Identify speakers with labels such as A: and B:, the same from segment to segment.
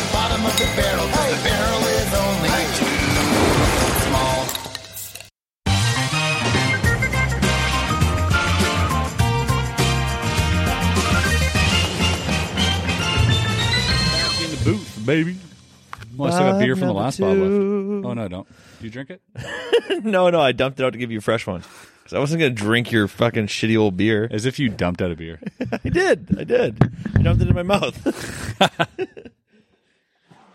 A: the barrel, 'cause the barrel is only small.
B: in the booth, baby. Well, I still got beer from the
C: number
B: last bottle left.
C: two.
B: Oh no, I don't. Do you drink it?
C: No, no, I dumped it out to give you a fresh one. Because I wasn't going to drink your fucking shitty old beer.
B: As if you dumped out a beer.
C: I did. I did. I dumped it in my mouth.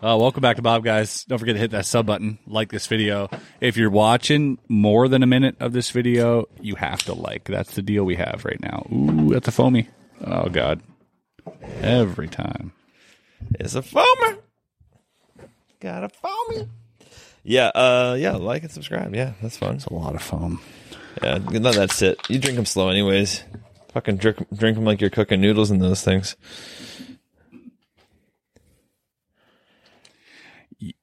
B: Uh, welcome back to Bob, guys. Don't forget to hit that sub button, like this video. If you're watching more than a minute of this video, you have to like. That's the deal we have right now. Ooh, that's a foamy. Oh god, every time.
C: it's a foamer. Got a foamy. Yeah, uh, yeah, like and subscribe. Yeah, that's fun.
B: It's a lot of foam.
C: Yeah, no, that's it. You drink them slow, anyways. Fucking drink, drink them like you're cooking noodles in those things.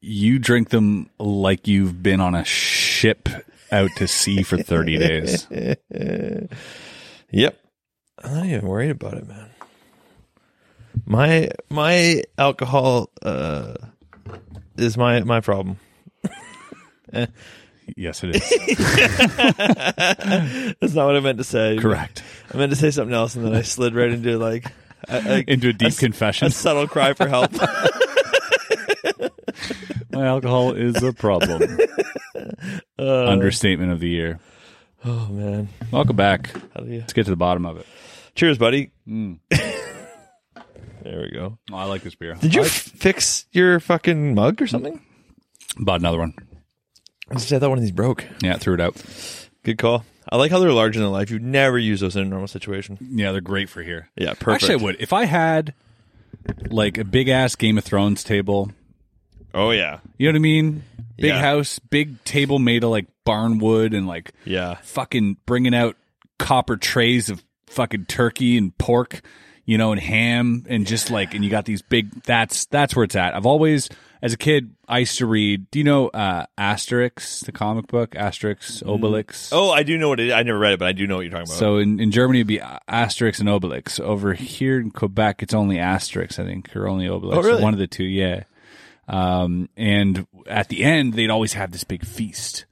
B: You drink them like you've been on a ship out to sea for 30 days.
C: Yep. I'm not even worried about it, man. My my alcohol uh is my my problem.
B: Yes, it is.
C: That's not what I meant to say.
B: Correct.
C: I meant to say something else and then I slid right into like a, a,
B: Into a deep confession.
C: a subtle cry for help.
B: My alcohol is a problem.
C: Uh,
B: Understatement of the year.
C: oh man.
B: Welcome back.
C: How do you
B: Let's get to the bottom of it.
C: Cheers, buddy. there we go.
B: Oh, I like this beer.
C: Did you f- fix your fucking mug or something?
B: Bought another one.
C: I was gonna say, I thought one of these broke.
B: Yeah, threw it out.
C: Good call. I like how they're large in their life. You'd never use those in a normal situation.
B: Yeah, they're great for here.
C: Yeah, perfect.
B: Actually, I would. If I had like a big ass Game of Thrones table,
C: Oh yeah.
B: you know what I mean? Big
C: Yeah.
B: house, big table made of like barn wood and like
C: Yeah.
B: fucking bringing out copper trays of fucking turkey and pork, you know, and ham and just like and you got these big that's that's where it's at. I've always as a kid I used to read, do you know uh Asterix, the comic book, Asterix, Obelix?
C: Oh, I do know what it is. I never read it, but I do know what you're talking about.
B: So in, in Germany it'd be A- Asterix and Obelix. Over here in Quebec it's only Asterix, I think, or only Obelix.
C: Oh, really?
B: One of the two, yeah. Um and at the end they'd always have this big feast.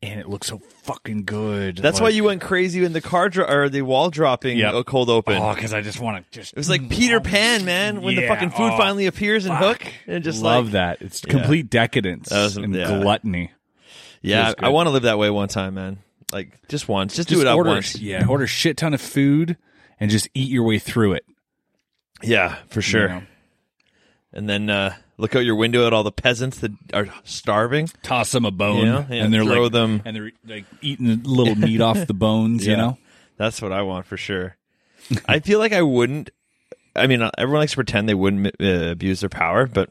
B: And it looked so fucking good.
C: That's why
B: Like-
C: you went crazy in the car dro- or the wall dropping
B: Yep.
C: uh, cold open.
B: Oh, because I just want to just. oh,
C: it was like Peter Pan, man, when the
B: Yeah.
C: fucking food
B: Oh,
C: finally appears in
B: fuck.
C: Hook and just
B: love
C: like,
B: that. It's complete decadence
C: was-
B: and
C: yeah.
B: gluttony.
C: Yeah,
B: Feels good.
C: I want to live that way one time, man. Like just once, just, do
B: Just
C: it out
B: order,
C: once.
B: yeah, order a shit ton of food and just eat your way through it.
C: Yeah, for
B: you
C: sure.
B: know?
C: And then uh, look out your window at all the peasants that are starving.
B: Toss them a bone,
C: Yeah, yeah,
B: and they're
C: throw
B: like,
C: them-
B: and they're like eating the little meat off the bones. You
C: Yeah.
B: know,
C: That's what I want for sure. I feel like I wouldn't. I mean, uh, everyone likes to pretend they wouldn't uh, abuse their power, but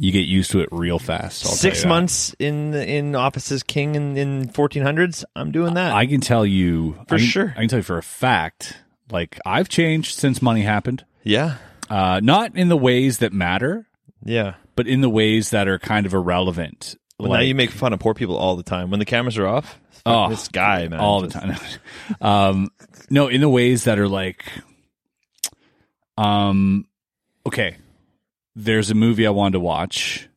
B: you get used to it real fast. I'll tell
C: six
B: you that.
C: months in in office as king in in 1400s, I'm doing that.
B: I can tell you
C: For
B: I can-
C: sure.
B: I can tell you for a fact. Like I've changed since money happened.
C: yeah,
B: Uh, not in the ways that matter,
C: yeah.
B: but in the ways that are kind of irrelevant.
C: Well, now you make fun of poor people all the time when the cameras are off.
B: Oh,
C: this guy, man,
B: all the time. um, no, in the ways that are like, um, okay, there's a movie I wanted to watch,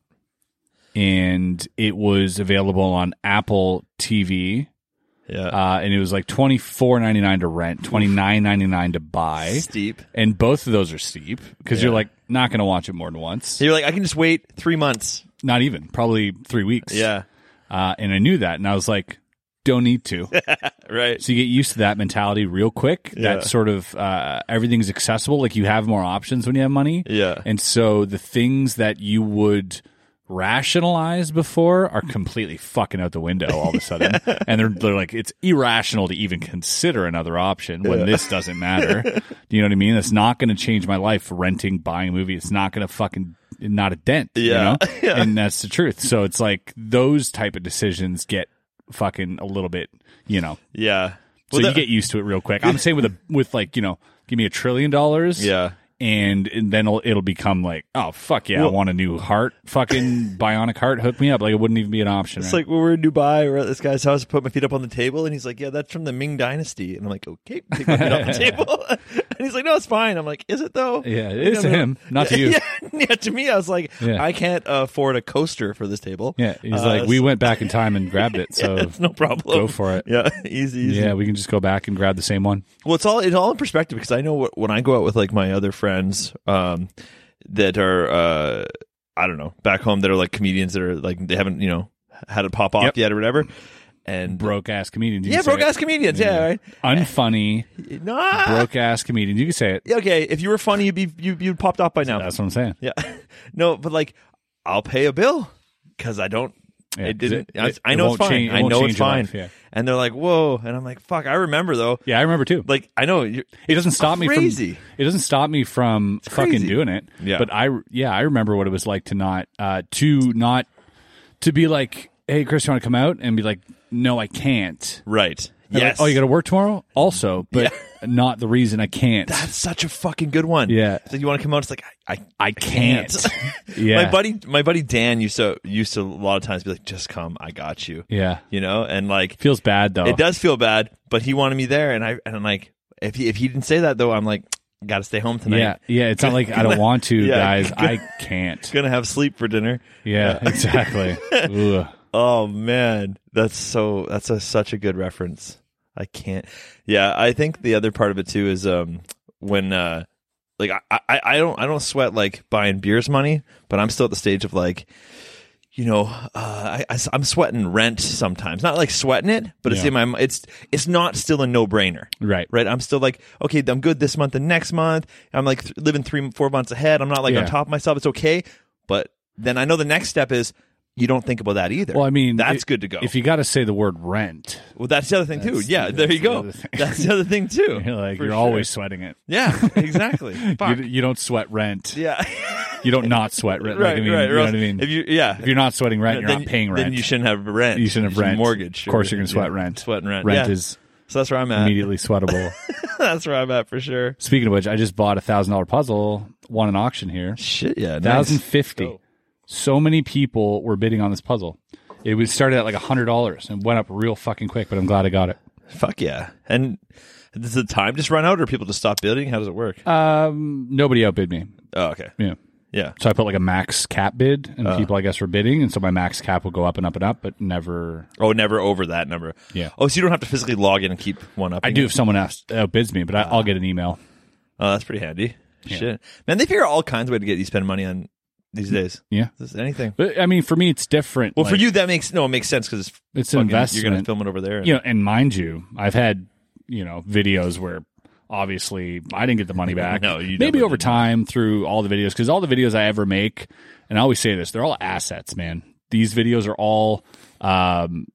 B: and it was available on Apple TV,
C: Yeah,
B: uh, and it was like twenty four ninety nine to rent, twenty nine ninety nine to buy,
C: steep.
B: and both of those are steep because you're
C: Yeah.
B: like not going to watch it more than once,
C: So you're like, I can just wait three months.
B: not even probably three weeks,
C: Yeah,
B: Uh, and I knew that, and I was like, don't need to.
C: right.
B: So you get used to that mentality real quick.
C: Yeah.
B: That sort of uh, everything's accessible. Like you have more options when you have money.
C: Yeah.
B: And so the things that you would rationalize before are completely fucking out the window all of a sudden. And they're, they're like, it's irrational to even consider another option when this doesn't matter. Do you know what I mean? That's not going to change my life. Renting, buying a movie, it's not going to fucking not a dent. you
C: Yeah.
B: know? And that's the truth. So it's like those type of decisions get fucking a little bit, you know,
C: Yeah.
B: so
C: Well,
B: you
C: that-
B: get used to it real quick. I'm saying with a with like you know, give me a trillion dollars.
C: yeah.
B: and, and then it'll, it'll become like, oh fuck yeah, I
C: Well-
B: want a new heart, fucking bionic heart, hook me up. Like it wouldn't even be an option.
C: It's
B: right?
C: like when we were in Dubai, we we're at this guy's house, put my feet up on the table, and he's like, "Yeah, that's from the Ming Dynasty," and I'm like, "Okay, take my feet off the table," and he's like, "No, it's fine." I'm like, "Is it though?"
B: Yeah, it
C: You
B: is
C: know,
B: to him, not to you.
C: Yeah, yeah, to me, I was like,
B: Yeah.
C: "I can't afford a coaster for this table."
B: yeah, he's
C: Uh,
B: like, we
C: so-
B: went back in time and grabbed it, so
C: It's no problem.
B: Go for it.
C: Yeah, easy, easy.
B: Yeah, we can just go back and grab the same one.
C: Well, it's all it's all in perspective because I know what, when I go out with like my other friends um, that are uh, I don't know back home that are like comedians that are like they haven't you know had it pop off
B: Yep.
C: yet or whatever, and
B: Broke ass comedians. you
C: yeah,
B: can say
C: broke ass
B: it.
C: comedians, yeah, right.
B: Unfunny,
C: No, ah,
B: broke ass comedians. You can say it.
C: yeah, okay. If you were funny, you'd be you you'd popped off by now.
B: That's what I'm saying.
C: yeah, no, but like I'll pay a bill because I don't.
B: Yeah,
C: it didn't.
B: 'cause it-
C: I, I
B: it
C: know it's
B: won't
C: fine.
B: change- it
C: I
B: won't
C: know
B: change
C: it's
B: your
C: fine.
B: life, yeah.
C: And they're like, "Whoa!" And I'm like, "Fuck!" I remember though.
B: Yeah, I remember too.
C: Like I know you're,
B: It doesn't stop me
C: Crazy.
B: from it doesn't stop me from fucking
C: crazy.
B: doing it.
C: Yeah.
B: But I yeah, I remember what it was like to not uh to not to be like, "Hey, Chris, you want to come out?" and be like, "No, I can't."
C: right.
B: And
C: Yes.
B: like, oh, you got to work tomorrow? Also, but not the reason I can't.
C: That's such a fucking good one.
B: Yeah.
C: It's like you want to come out. It's like I, I,
B: I can't. yeah.
C: my buddy, my buddy Dan used to used to a lot of times be like, just come, I got you.
B: Yeah.
C: You know, and like
B: Feels bad though.
C: it does feel bad, but he wanted me there, and I and I'm like if he if he didn't say that though, I'm like, gotta stay home tonight.
B: Yeah. Yeah, it's not like I don't want to,
C: Yeah.
B: guys. I can't.
C: Gonna have sleep for dinner.
B: Yeah, exactly. Ugh.
C: Oh man, that's so that's a, such a good reference. I can't. Yeah, I think the other part of it too is um when uh like I, I I don't I don't sweat like buying beers money, but I'm still at the stage of like you know uh, I, am sweating rent sometimes. Not like sweating it, but it's
B: Yeah.
C: in my it's it's not still a no brainer.
B: Right.
C: Right, I'm still like okay. I'm good this month and next month. I'm like th- living three, four months ahead. I'm not like
B: Yeah.
C: on top of myself. It's okay, but then I know the next step is you don't think about that either.
B: Well, I mean,
C: that's
B: i-
C: good to go.
B: If you got to say the word rent,
C: well, that's the other thing too.
B: That's-
C: Yeah, there
B: that's the
C: you go.
B: other thing.
C: that's the other thing too.
B: you're like
C: For
B: you're
C: sure.
B: always sweating it.
C: yeah, exactly. Fuck.
B: You, you don't sweat rent.
C: yeah,
B: You don't not sweat rent. like,
C: right,
B: I mean,
C: right.
B: You
C: or
B: know what
C: else
B: I mean?
C: If you yeah,
B: If you're not sweating rent, you're
C: then
B: not paying
C: you-
B: rent.
C: Then you shouldn't have rent.
B: You shouldn't have rent.
C: Mortgage.
B: Of course,
C: sure.
B: you're gonna sweat
C: Yeah.
B: rent.
C: Sweating rent.
B: Rent
C: Yeah.
B: is
C: so that's where I'm at.
B: immediately sweatable.
C: that's where I'm at for sure.
B: Speaking of which, I just bought a thousand dollar puzzle, won an auction here,
C: Shit, yeah,
B: thousand
C: nice.
B: fifty. So many people were bidding on this puzzle. It was started at like hundred dollars and went up real fucking quick. But I'm glad I got it.
C: Fuck yeah. And does the time just run out, or people just stop building? How does it work?
B: Um, nobody outbid me.
C: oh, okay.
B: Yeah.
C: Yeah.
B: So I put like a max cap bid,
C: Uh.
B: and people I guess were bidding, and so my max cap will go up and up and up, but never.
C: Oh, never over that number.
B: Yeah.
C: Oh, so you don't have to physically log in and keep one up.
B: I do if someone else outbids me, but I,
C: Ah.
B: I'll get an email.
C: Oh, that's pretty handy. Shit, man, they figure out all kinds of ways to get you to spend money on these days.
B: Yeah.
C: Just anything.
B: But I mean, for me, it's different.
C: Well, for
B: like,
C: you that makes no, it makes sense because it's
B: It's an
C: fucking- You're gonna
B: investment.
C: film it over there. and-
B: you know, and mind you, I've had you know videos where obviously I didn't get the money back.
C: No, you
B: maybe
C: definitely
B: over
C: didn't.
B: time through all the videos because all the videos I ever make, and I always say this, they're all assets, man. These videos are all, um,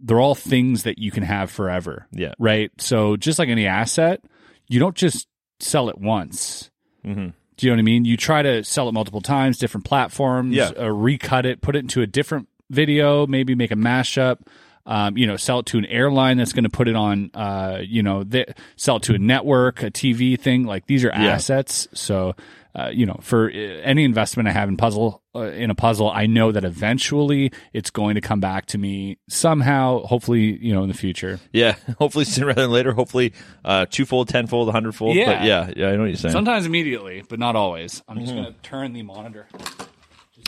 B: they're all things that you can have forever.
C: Yeah.
B: Right. So just like any asset, you don't just sell it once.
C: Mhm.
B: Do you know what I mean? You try to sell it multiple times, different platforms,
C: Yeah.
B: uh, recut it, put it into a different video, maybe make a mashup. Um, you know, sell it to an airline that's going to put it on. Uh, you know, th- sell it to a network, a TV thing. Like these are assets. So, uh, you know, for uh, any investment I have in puzzle uh, in a puzzle, I know that eventually it's going to come back to me somehow. Hopefully, you know, in the future.
C: Yeah. Hopefully sooner rather than later. Hopefully, uh, twofold, tenfold, a hundredfold.
B: Yeah. Mm-hmm.
C: But yeah, yeah, I know what you're saying.
B: Sometimes immediately, but not always. I'm just going to turn the monitor.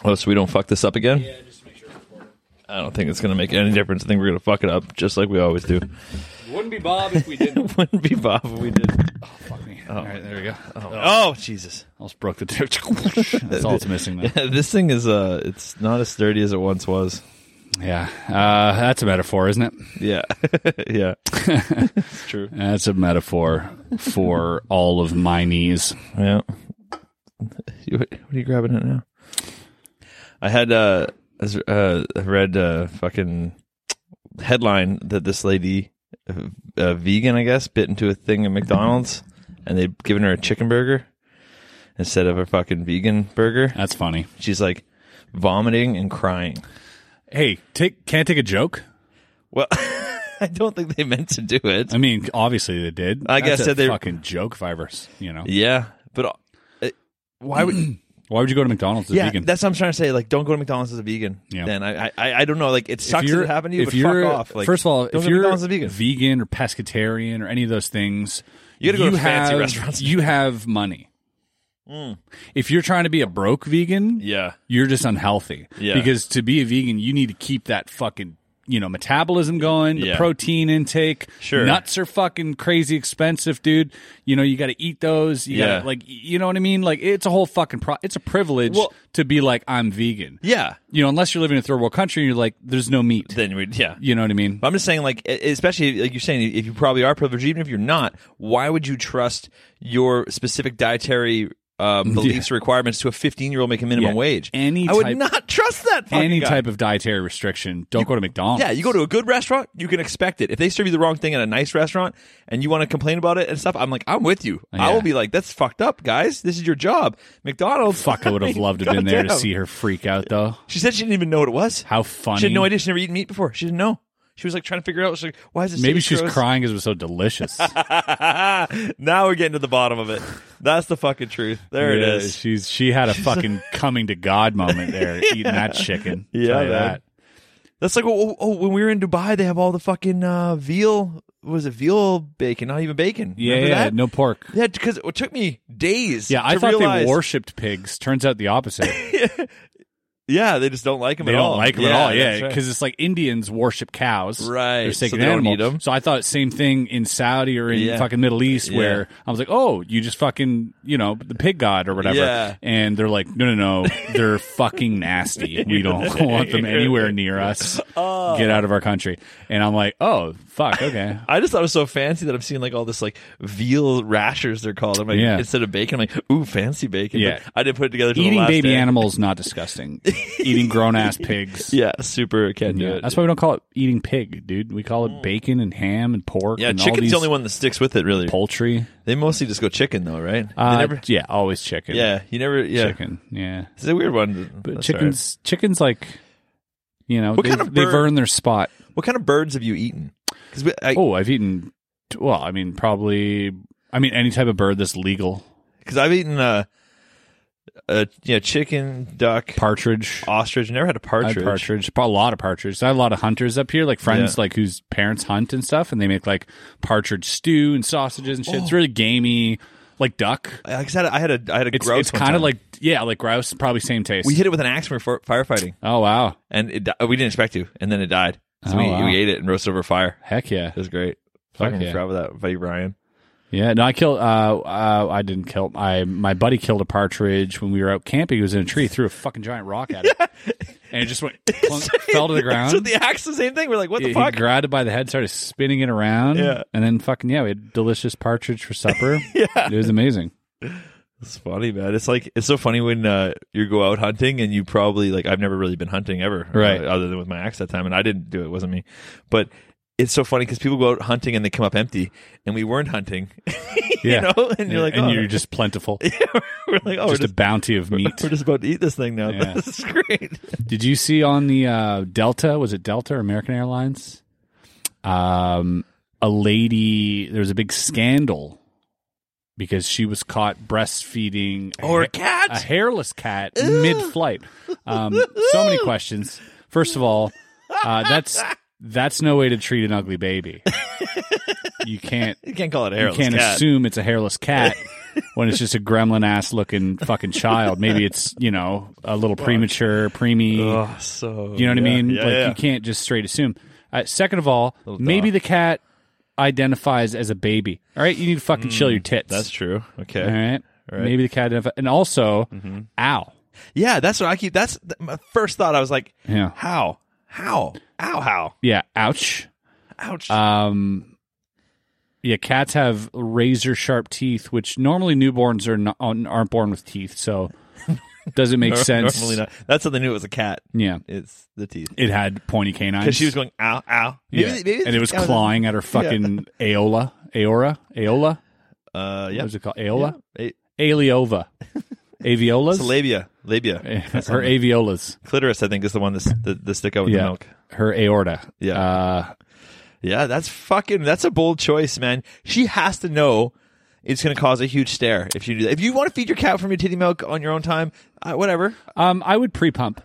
C: oh, so we don't fuck this up again.
B: Yeah, just to make sure.
C: I don't think it's gonna make any difference. I think we're gonna fuck it up just like we always do.
B: Wouldn't be Bob if we didn't.
C: Wouldn't be Bob if we did.
B: Fuck me. All right, there we go.
C: Oh, Jesus.
B: Almost broke the tip. That's all it's missing. Though.
C: this thing is uh, it's not as sturdy as it once was.
B: Yeah, uh, that's a metaphor, isn't it?
C: Yeah. yeah. it's true.
B: That's a metaphor for all of my knees.
C: Yeah. What are you grabbing at now? I had uh, I was- uh I read uh fucking headline that this lady, uh, uh, vegan I guess, bit into a thing at McDonald's, and they'd given her a chicken burger instead of a fucking vegan burger.
B: That's funny.
C: She's like vomiting and crying.
B: Hey, take can't take a joke.
C: Well, I don't think they meant to do it.
B: I mean, obviously they did.
C: I guess
B: That's a
C: that they-
B: fucking joke virus. You know,
C: Yeah, but why would
B: Why would you go to McDonald's as
C: yeah?
B: vegan?
C: That's what I'm trying to say. Like, don't go to McDonald's as a vegan.
B: Yeah.
C: Then I, I- I I don't know. Like, it sucks that it happened to you,
B: if
C: but
B: you're-
C: fuck off. Like,
B: first of all,
C: don't go
B: if
C: to
B: you're
C: McDonald's as a vegan,
B: vegan or pescatarian or any of those things,
C: You gotta go to fancy
B: have,
C: restaurants. Hmm.
B: You have money. If you're trying to be a broke vegan,
C: yeah,
B: you're just unhealthy.
C: Yeah.
B: Because to be a vegan, you need to keep that fucking you know metabolism going, the
C: Yeah.
B: protein intake.
C: Sure.
B: nuts are fucking crazy expensive, dude. You know you got to eat those. You
C: Yeah.
B: gotta, like you know what I mean. Like it's a whole fucking pro. It's a privilege
C: Well-
B: to be like I'm vegan.
C: yeah.
B: You know, unless you're living in a third world country, and you're like there's no meat.
C: Then we yeah.
B: You know what I mean?
C: But I'm just saying, like, e- especially like you're saying, if you probably are privileged, even if you're not, why would you trust your specific dietary um, beliefs or requirements to a 15 year old making minimum
B: Yeah.
C: wage?
B: Any
C: I would
B: type-
C: not trust that. fucking
B: Any
C: guy.
B: type of dietary restriction. Don't go to McDonald's.
C: Yeah, you go to a good restaurant, you can expect it. If they serve you the wrong thing at a nice restaurant and you want to complain about it and stuff, I'm like, I'm with you. I
B: Yeah.
C: will be like, that's fucked up, guys. This is your job. McDonald's.
B: Fuck, I would have loved to have been there to see her freak out though.
C: She said she didn't even know what it was.
B: How funny!
C: She had no idea. She'd never eaten meat before. She didn't know. She was like trying to figure out. She's like, why is this?
B: Maybe
C: so
B: she's
C: gross?
B: crying because it was so delicious.
C: now we're getting to the bottom of it. That's the fucking truth. There
B: Yeah,
C: it is.
B: She's she had a fucking coming to God moment there, eating that chicken.
C: Yeah,
B: Tell you
C: man.
B: that.
C: That's like oh, oh, oh, when we were in Dubai, they have all the fucking uh, veal. What was it veal bacon? Not even bacon.
B: Yeah,
C: Remember
B: yeah,
C: that?
B: no pork.
C: Yeah, because it took me days.
B: Yeah, I
C: to
B: thought
C: realize,
B: they worshipped pigs. Turns out the opposite. They
C: Yeah, they just don't like them at
B: don't
C: all.
B: like them at all. Yeah,
C: that's right.
B: because it's like Indians worship cows.
C: Right,
B: they're sacred
C: so they don't
B: animal.
C: eat 'em.
B: So I thought same thing in Saudi or in
C: Yeah.
B: fucking Middle East,
C: Yeah.
B: where I was like, oh, you just fucking you know the pig god or whatever.
C: Yeah.
B: And they're like, no, no, no, they're fucking nasty. We don't want them anywhere near us.
C: Oh.
B: Get out of our country. And I'm like, oh fuck, okay.
C: I just thought it was so fancy that I'm seeing like all this like veal rashers they're called. I'm like
B: Yeah.
C: instead of bacon, I'm like ooh fancy bacon.
B: Yeah.
C: But I didn't put it together. till the
B: Eating
C: last
B: baby
C: day.
B: animals not disgusting. eating grown ass pigs.
C: Yeah, super can't do
B: Yeah,
C: it.
B: That's why we don't call it eating pig, dude. We call it bacon and ham and pork.
C: yeah,
B: and all
C: chicken's
B: these
C: the only one that sticks with it really.
B: Poultry.
C: They mostly just go chicken though, right? They
B: Uh,
C: never-
B: yeah, always chicken.
C: yeah, you never. Yeah,
B: chicken. Yeah,
C: it's a weird one.
B: but
C: That's all right.
B: chickens. Chickens like, you know,
C: What
B: they've,
C: kind of
B: they've
C: bird-
B: earned their spot.
C: What kind of birds have you eaten? Because I,
B: Oh, I've eaten. Well, I mean, probably. I mean, any type of bird that's legal.
C: because I've eaten uh, uh, yeah, chicken, duck,
B: Partridge.
C: ostrich. Never had a
B: I had
C: partridge.
B: partridge. A lot of partridge. I have a lot of hunters up here, like friends
C: Yeah.
B: like whose parents hunt and stuff, and they make like partridge stew and sausages and shit.
C: Oh.
B: It's really gamey, like duck.
C: I, I had a, I had a, I had a
B: It's,
C: grouse.
B: it's
C: one
B: kind
C: time.
B: of like yeah, like grouse. Probably same taste.
C: we hit it with an axe when we were fi- firefighting,
B: oh wow,
C: and it, di- we didn't expect to, and then it died. So
B: Oh,
C: we,
B: wow.
C: we ate it and roasted over fire.
B: heck yeah,
C: It was great.
B: Fuck
C: Fucking
B: yeah.
C: forgot about that, buddy Brian.
B: yeah. No, I killed. Uh, uh, I didn't kill. I my buddy killed a partridge when we were out camping. He was in a tree, threw a fucking giant rock at it, and it just went clunk, fell to the ground.
C: So the axe, the same thing. We're like, what the
B: he
C: fuck?
B: grabbed it by the head, started spinning it around,
C: Yeah.
B: and then fucking yeah, we had delicious partridge for supper. yeah, it was amazing.
C: It's funny, man. It's like it's so funny when uh, you go out hunting and you probably like I've never really been hunting ever,
B: Right.
C: uh, other than with my axe that time, and I didn't do it. It wasn't me, but. It's so funny because people go out hunting and they come up empty, and we weren't hunting,
B: Yeah,
C: you know. And you're like,
B: and
C: oh,
B: you're just plentiful,
C: we're like,
B: just
C: oh, we're,
B: a
C: just,
B: bounty of meat.
C: we're just about to eat this thing now.
B: Yeah.
C: this is great.
B: Did you see on the uh, Delta? Was it Delta or American Airlines? Um, a lady. There was a big scandal because she was caught breastfeeding a
C: Or a
B: ha-
C: cat?
B: a hairless cat, mid-flight. Um, so many questions. First of all, uh, that's that's no way to treat an ugly baby. You can't
C: You can't call it a
B: you
C: hairless
B: can't
C: cat.
B: assume it's a hairless cat when it's just a gremlin ass looking fucking child. Maybe it's you know a little premature, preemie.
C: Oh, so
B: You know what
C: yeah,
B: I mean?
C: Yeah,
B: like
C: yeah.
B: you can't just straight assume. Uh, second of all,
C: Little
B: maybe the cat identifies as a baby. All right, you need to fucking chill your tits.
C: Mm, That's true. Okay.
B: All right? maybe the cat identifies, and also,
C: Mm-hmm.
B: ow,
C: Yeah, that's what I keep. That's th- my first thought. I was like,
B: Yeah.
C: how, how, ow, how,
B: yeah, ouch.
C: ouch.
B: Um, yeah, cats have razor sharp teeth, which normally newborns are not, uh, aren't born with teeth, so doesn't make
C: Nor-
B: sense.
C: Normally not. That's how they knew it was a cat.
B: Yeah,
C: It's the teeth.
B: it had pointy canines
C: Because she was going ow, ow. Maybe,
B: yeah.
C: maybe
B: and it was
C: I
B: clawing at her fucking aola, aora, aola.
C: Uh,
B: What
C: yeah.
B: was it called? Aola.
C: It-
B: aliova, aviolas,
C: It's a labia, labia. That's
B: her
C: on the-
B: aviolas,
C: clitoris, I think, is the one that's the, the stick out with
B: Yeah.
C: the milk.
B: her aorta.
C: Yeah.
B: uh,
C: Yeah, that's fucking. That's a bold choice, man. She has to know. It's going to cause a huge stare if you do that. If you want to feed your cat from your titty milk on your own time, uh, whatever.
B: Um, I would pre pump.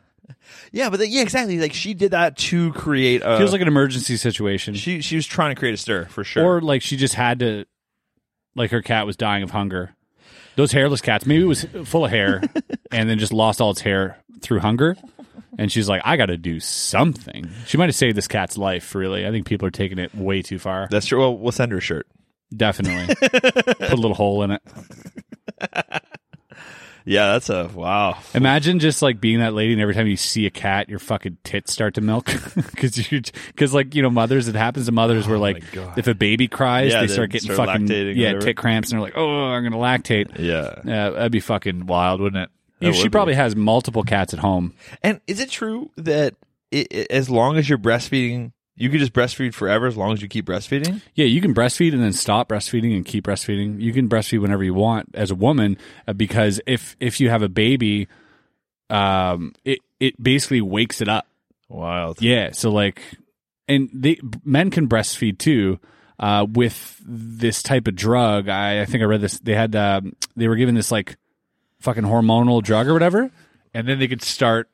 C: Yeah, but the, yeah, exactly. Like she did that to create a.
B: Feels like an emergency situation.
C: Uh, she she was trying to create a stir for sure.
B: Or like she just had to, like her cat was dying of hunger. Those hairless cats, maybe it was full of hair and then just lost all its hair through hunger. And she's like, I got to do something. She might have saved this cat's life, really. I think people are taking it way too far.
C: That's true. Well, we'll send her a shirt.
B: Definitely. Put a little hole in it.
C: Yeah, that's a wow.
B: Imagine just like being that lady, and every time you see a cat, your fucking tits start to milk because you because like you know mothers, it happens to mothers where like
C: God.
B: if a baby cries,
C: Yeah,
B: they
C: they
B: start getting
C: start
B: fucking
C: lactating or
B: yeah
C: whatever.
B: tit cramps, and they're like, oh, I'm gonna lactate.
C: Yeah.
B: Yeah, that'd be fucking wild, wouldn't it? You-
C: That
B: she
C: would be.
B: probably has multiple cats at home.
C: And is it true that i i as long as you're breastfeeding, you could just breastfeed forever as long as you keep breastfeeding?
B: Yeah, you can breastfeed and then stop breastfeeding and keep breastfeeding. You can breastfeed whenever you want as a woman uh, because if if you have a baby, um, it it basically wakes it up.
C: Wild.
B: Yeah. So like, and they men can breastfeed too. Uh, with this type of drug, I, I think I read this. They had um, they were given this like fucking hormonal drug or whatever, and then they could start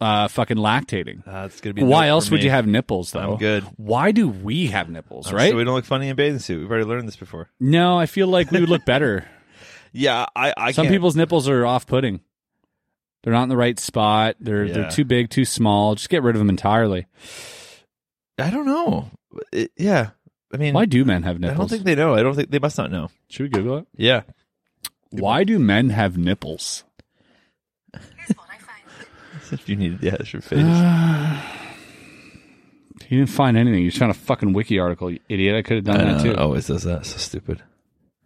B: uh fucking lactating.
C: That's gonna be.
B: Why else would you have nipples though?
C: I'm good.
B: Why do we have nipples, right?
C: So we don't look funny in a bathing suit. We've already learned this before.
B: no, I feel like we would look better.
C: Yeah, I. I
B: Some
C: can't-
B: people's nipples are off-putting. They're not in the right spot. They're
C: Yeah.
B: they're too big, too small. Just get rid of them entirely.
C: I don't know. It- yeah, I mean,
B: Why do men have
C: I
B: nipples?
C: don't think they know. I don't think they must not know.
B: Should we Google it?
C: Yeah,
B: Why do men have nipples?
D: Here's what I found.
C: if you needed, yeah, it's your face.
B: Uh, You didn't find anything. You're trying to fucking wiki article, you idiot. I could have done
C: I
B: that too.
C: always does that. So stupid.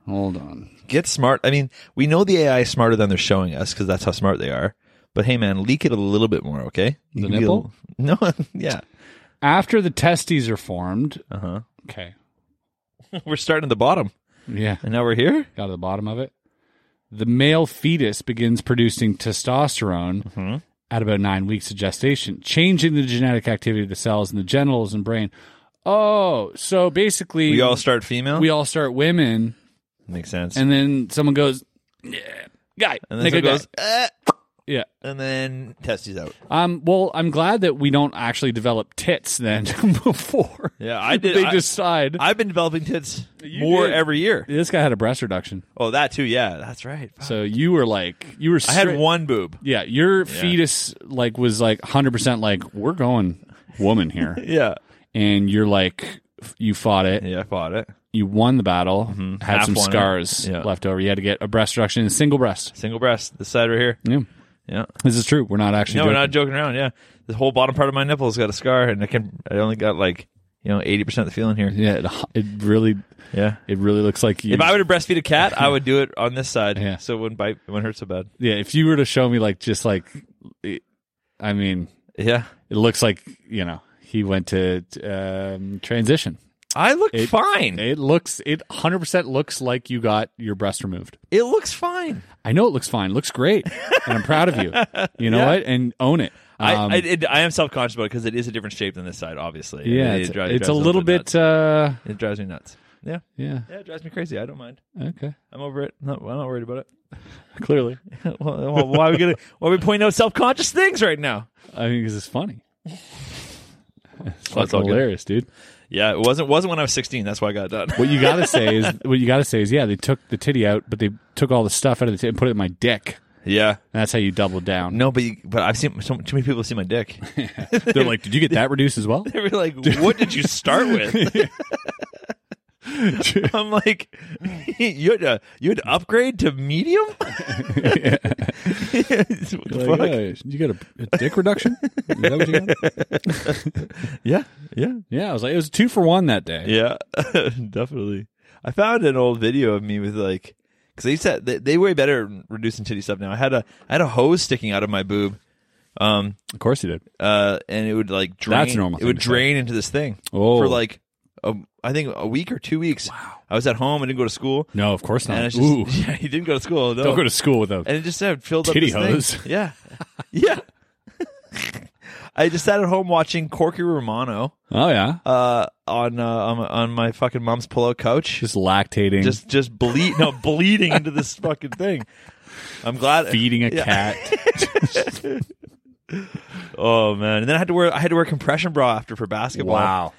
B: Hold on.
C: Get smart. I mean, we know the AI is smarter than they're showing us because that's how smart they are. But hey, man, leak it a little bit more, okay? You
B: The
C: can be a
B: nipple?
C: little- no, yeah.
B: After the testes are formed,
C: Uh huh.
B: okay,
C: We're starting at the bottom,
B: yeah,
C: and now we're here.
B: got to the bottom of it. The male fetus begins producing testosterone
C: Mm-hmm.
B: at about nine weeks of gestation, changing the genetic activity of the cells in the genitals and brain. Oh, so basically,
C: We all start female.
B: we all start women,
C: makes sense.
B: and then someone goes, yeah, guy,
C: and then
B: nigga
C: it goes,
B: guy."
C: "Eh,"
B: yeah.
C: and then testes out.
B: Um, well, I'm glad that we don't actually develop tits then before.
C: Yeah, I did.
B: They
C: I,
B: decide.
C: I've been developing tits
B: You
C: more
B: did.
C: every year.
B: this guy had a breast reduction.
C: Oh, that too. Yeah, that's right. Fuck.
B: So you were like, you were
C: I had
B: straight-
C: one boob.
B: Yeah, your fetus like was like 100% like, we're going woman here.
C: Yeah.
B: and you're like, f- you fought it.
C: Yeah, I fought it.
B: You won the battle, had
C: Half
B: some
C: won it.
B: scars
C: Yeah.
B: left over. You had to get a breast reduction and single breast.
C: Single breast, this side right here.
B: Yeah.
C: Yeah.
B: This is true. We're not actually
C: No, we're
B: joking.
C: not joking around. Yeah, the whole bottom part of my nipple's got a scar, and I can. I only got like you know eighty percent of the feeling here.
B: yeah, it, it really
C: Yeah.
B: it really looks like you
C: If I were to breastfeed a cat, I would do it on this side,
B: Yeah.
C: so it wouldn't bite, it wouldn't hurt so bad.
B: Yeah, if you were to show me like just like it- I mean,
C: Yeah,
B: it looks like you know he went to um, transition.
C: I look
B: It-
C: fine. It,
B: It looks it hundred percent looks like you got your breast removed.
C: looks fine.
B: I know it looks fine, looks great, and I'm proud of you. You know
C: Yeah.
B: what? And own it. Um,
C: I, I, it, I am self conscious about it because it is a different shape than this side, obviously. And
B: yeah,
C: it,
B: it's,
C: it drives-
B: it's
C: drives
B: a
C: me
B: little
C: nuts.
B: bit. Uh,
C: It drives me nuts. Yeah,
B: yeah.
C: yeah, it drives me crazy. I don't mind.
B: Okay.
C: I'm over it. No, I'm not worried about it.
B: Clearly,
C: well, well, why are we gonna? Why are we pointing out self conscious things right now?
B: I mean, because it's funny. it's
C: Well, it's
B: fucking
C: all good.
B: hilarious, dude.
C: Yeah, it wasn't wasn't when I was 16. That's why I got it done.
B: What you gotta say is, what you gotta say is, yeah, they took the titty out, but they took all the stuff out of the titty and put it in my dick.
C: yeah.
B: And that's how you double down.
C: No, but you, but I've seen so, too many people see my dick.
B: They're like, did you get that reduced as well?
C: they were like, "What did you start with?" I'm like, "You had to you had to upgrade to medium." It's- what the
B: Like,
C: fuck?
B: "Oh, you got a, a dick reduction? Is that what you got?
C: Yeah, yeah,
B: Yeah, I was like, it was two for one that day.
C: yeah, definitely. I found an old video of me with like, because they said they, they way better at reducing titty stuff now. I had a I had a hose sticking out of my boob. Um,
B: Of course you did.
C: uh, and it would like drain.
B: That's a normal
C: It
B: thing
C: would
B: to say.
C: drain into this thing
B: Oh.
C: for like, a, I think a week or two weeks. Wow. I was at home. I didn't go to school.
B: No, of course
C: And
B: not.
C: it's
B: Ooh,
C: just, yeah, he didn't go to school. No.
B: don't go to school with a
C: And it just uh, filled
B: Titty
C: up this thing.
B: hose.
C: Yeah, yeah. I just sat at home watching Corky Romano
B: Oh yeah,
C: uh, on, uh, on on my fucking mom's pillow couch.
B: just lactating, just
C: Just just bleed no bleeding into this fucking thing. I'm glad.
B: feeding a
C: Yeah.
B: cat.
C: Oh man! And then I had to wear I had to wear a compression bra after for basketball.
B: wow,